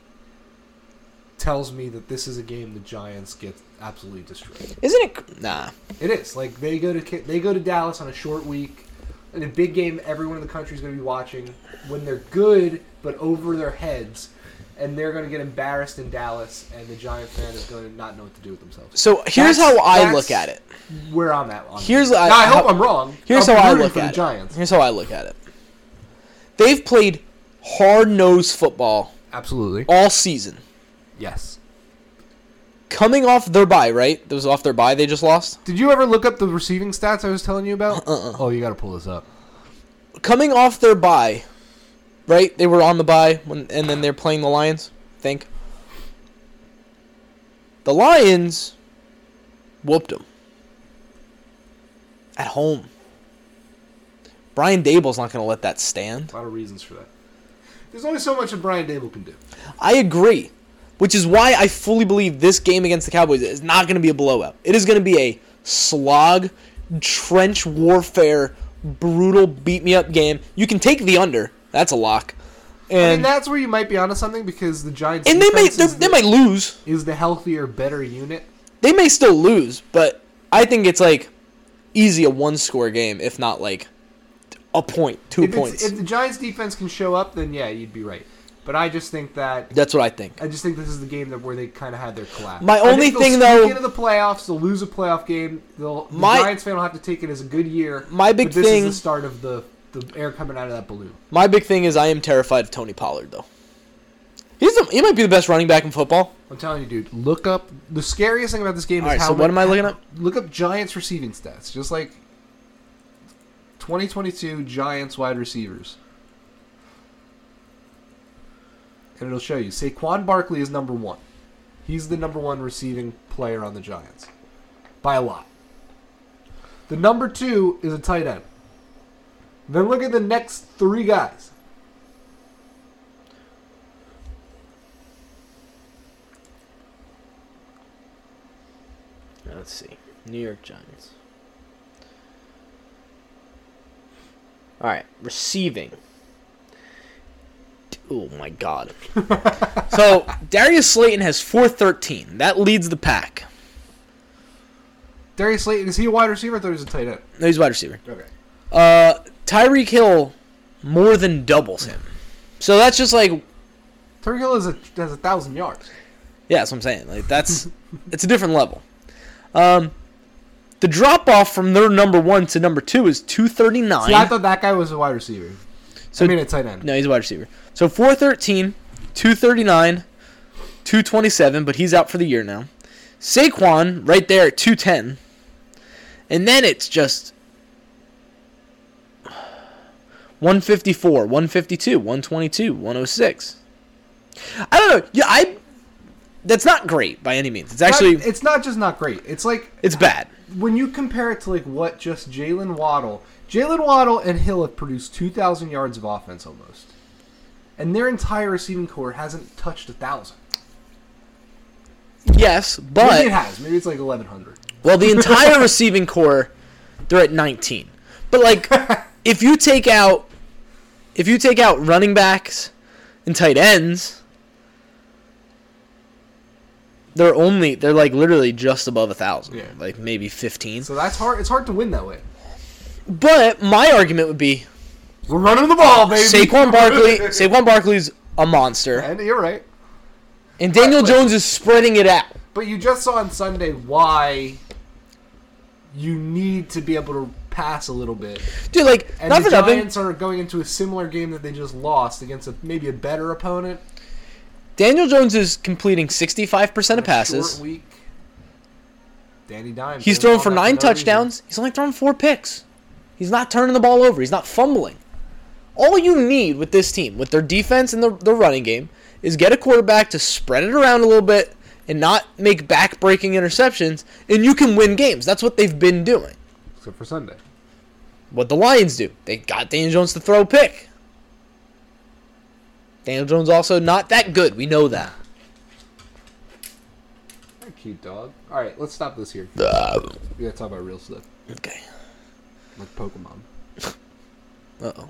Speaker 1: tells me that this is a game the Giants get absolutely destroyed.
Speaker 2: isn't it? Nah.
Speaker 1: It is like they go to Ki- they go to Dallas on a short week, in a big game everyone in the country is going to be watching. When they're good, but over their heads, and they're going to get embarrassed in Dallas, and the Giant fan is going to not know what to do with themselves.
Speaker 2: So here's
Speaker 1: That's-
Speaker 2: how I
Speaker 1: that's-
Speaker 2: look at it.
Speaker 1: Where I'm at on
Speaker 2: Here's
Speaker 1: this.
Speaker 2: I-
Speaker 1: Now, I hope
Speaker 2: how-
Speaker 1: I'm wrong.
Speaker 2: Here's
Speaker 1: I'm
Speaker 2: how I
Speaker 1: rooting
Speaker 2: look
Speaker 1: for
Speaker 2: at
Speaker 1: the
Speaker 2: it.
Speaker 1: Giants.
Speaker 2: Here's how I look at it. They've played hard nosed football
Speaker 1: Absolutely.
Speaker 2: all season.
Speaker 1: Yes.
Speaker 2: Coming off their bye, right? That was off their bye. They just lost.
Speaker 1: Did you ever look up the receiving stats I was telling you about? Uh-uh. Oh, you got to pull this up.
Speaker 2: coming off their bye, right? They were on the bye when, and then they're playing the Lions, I think. The Lions whooped them at home. Brian Dable's not going to let that stand.
Speaker 1: A lot of reasons for that. There's only so much that Brian Dable can do.
Speaker 2: I agree, which is why I fully believe this game against the Cowboys is not going to be a blowout. It is going to be a slog, trench warfare, brutal beat me up game. You can take the under. That's a lock.
Speaker 1: I
Speaker 2: And
Speaker 1: mean, that's where you might be onto something because the Giants
Speaker 2: and they may
Speaker 1: defense
Speaker 2: they,
Speaker 1: is the-
Speaker 2: they might lose.
Speaker 1: is the healthier, better unit.
Speaker 2: They may still lose, but I think it's like easy a one score game, if not like a point, two
Speaker 1: If, it's,
Speaker 2: points.
Speaker 1: if the Giants' defense can show up, then yeah, you'd be right. But I just think that
Speaker 2: That's what I think.
Speaker 1: I just think this is the game that where they kind of had their collapse.
Speaker 2: My
Speaker 1: I think
Speaker 2: only
Speaker 1: they'll
Speaker 2: thing,
Speaker 1: sneak
Speaker 2: though-
Speaker 1: into the playoffs, they'll lose a playoff game. They'll, the
Speaker 2: My-
Speaker 1: Giants fan will have to take it as a good year.
Speaker 2: My big
Speaker 1: but this
Speaker 2: thing-
Speaker 1: is the start of the the air coming out of that balloon.
Speaker 2: My big thing is I am terrified of Tony Pollard though. He's the, he might be the best running back in football.
Speaker 1: I'm telling you, dude. Look up the scariest thing about this game
Speaker 2: All
Speaker 1: is
Speaker 2: right,
Speaker 1: how.
Speaker 2: so what am I looking up?
Speaker 1: Look up Giants receiving stats, just like 2022 Giants wide receivers, and it'll show you. Saquon Barkley is number one. He's the number one receiving player on the Giants by a lot. The number two is a tight end. Then look at the next three guys.
Speaker 2: Let's see. New York Giants. All right, receiving. Oh
Speaker 1: <laughs>
Speaker 2: my god. so, Darius Slayton has 413. That leads the pack.
Speaker 1: Darius Slayton is he a wide receiver? I thought he was a tight end.
Speaker 2: No, he's wide receiver.
Speaker 1: Okay.
Speaker 2: Uh, Tyreek Hill more than doubles him. So that's just like
Speaker 1: Tyreek Hill has a, has a thousand yards.
Speaker 2: Yeah, that's what I'm saying. Like
Speaker 1: <laughs>
Speaker 2: that's it's a different level. Um, the drop off from their number one to number two is two thirty
Speaker 1: See, I
Speaker 2: nine.
Speaker 1: thought that guy was a wide receiver.
Speaker 2: So
Speaker 1: I mean, a tight end.
Speaker 2: no, he's a wide receiver. So 413, 239, 227, but he's out for the year now. Saquon right there at 210. And then it's just 154, 152, 122, 106. I don't know. Yeah, I that's not great by any means. It's actually
Speaker 1: Not- it's not just not great. It's like
Speaker 2: it's bad.
Speaker 1: when you compare it to like what just Jalen Waddle, Jalen Waddle and Hill have produced two thousand yards of offense almost, and their entire receiving core hasn't touched a thousand.
Speaker 2: Yes,
Speaker 1: Maybe it
Speaker 2: but
Speaker 1: has. Maybe it's like eleven hundred. <laughs>
Speaker 2: well, the entire receiving core, they're at 19. But
Speaker 1: <laughs>
Speaker 2: like, if you take out, if you take out running backs and tight ends, they're only they're like literally just above a thousand,
Speaker 1: Yeah.
Speaker 2: like maybe fifteen.
Speaker 1: So that's hard. It's hard to win that way.
Speaker 2: But my argument would be
Speaker 1: We're running the ball, baby. <laughs>
Speaker 2: Saquon Barkley. Saquon Barkley's a monster,
Speaker 1: and you're right.
Speaker 2: and Daniel Jones is spreading it out.
Speaker 1: But you just saw on Sunday why you need to be able to pass a little bit.
Speaker 2: Dude, like
Speaker 1: And
Speaker 2: not
Speaker 1: the
Speaker 2: for nothing.
Speaker 1: Giants are going into a similar game that they just lost against a, maybe a better opponent.
Speaker 2: Daniel Jones is completing sixty-five percent of passes.
Speaker 1: Short week. Danny Dimes.
Speaker 2: He's
Speaker 1: doing
Speaker 2: thrown
Speaker 1: all
Speaker 2: for
Speaker 1: that
Speaker 2: nine
Speaker 1: no
Speaker 2: touchdowns. He's only thrown four picks. He's not turning the ball over. He's not fumbling. All you need with this team, with their defense and their, their running game, is get a quarterback to spread it around a little bit and not make back-breaking interceptions, and you can win games. That's what they've been doing.
Speaker 1: reason. Except for Sunday.
Speaker 2: What the Lions do, they got Daniel Jones to throw a pick. Daniel Jones also not that good. We know that.
Speaker 1: You're a Cute dog. All right, let's stop this here. We gotta talk about real stuff,
Speaker 2: okay.
Speaker 1: like Pokemon.
Speaker 2: Uh oh.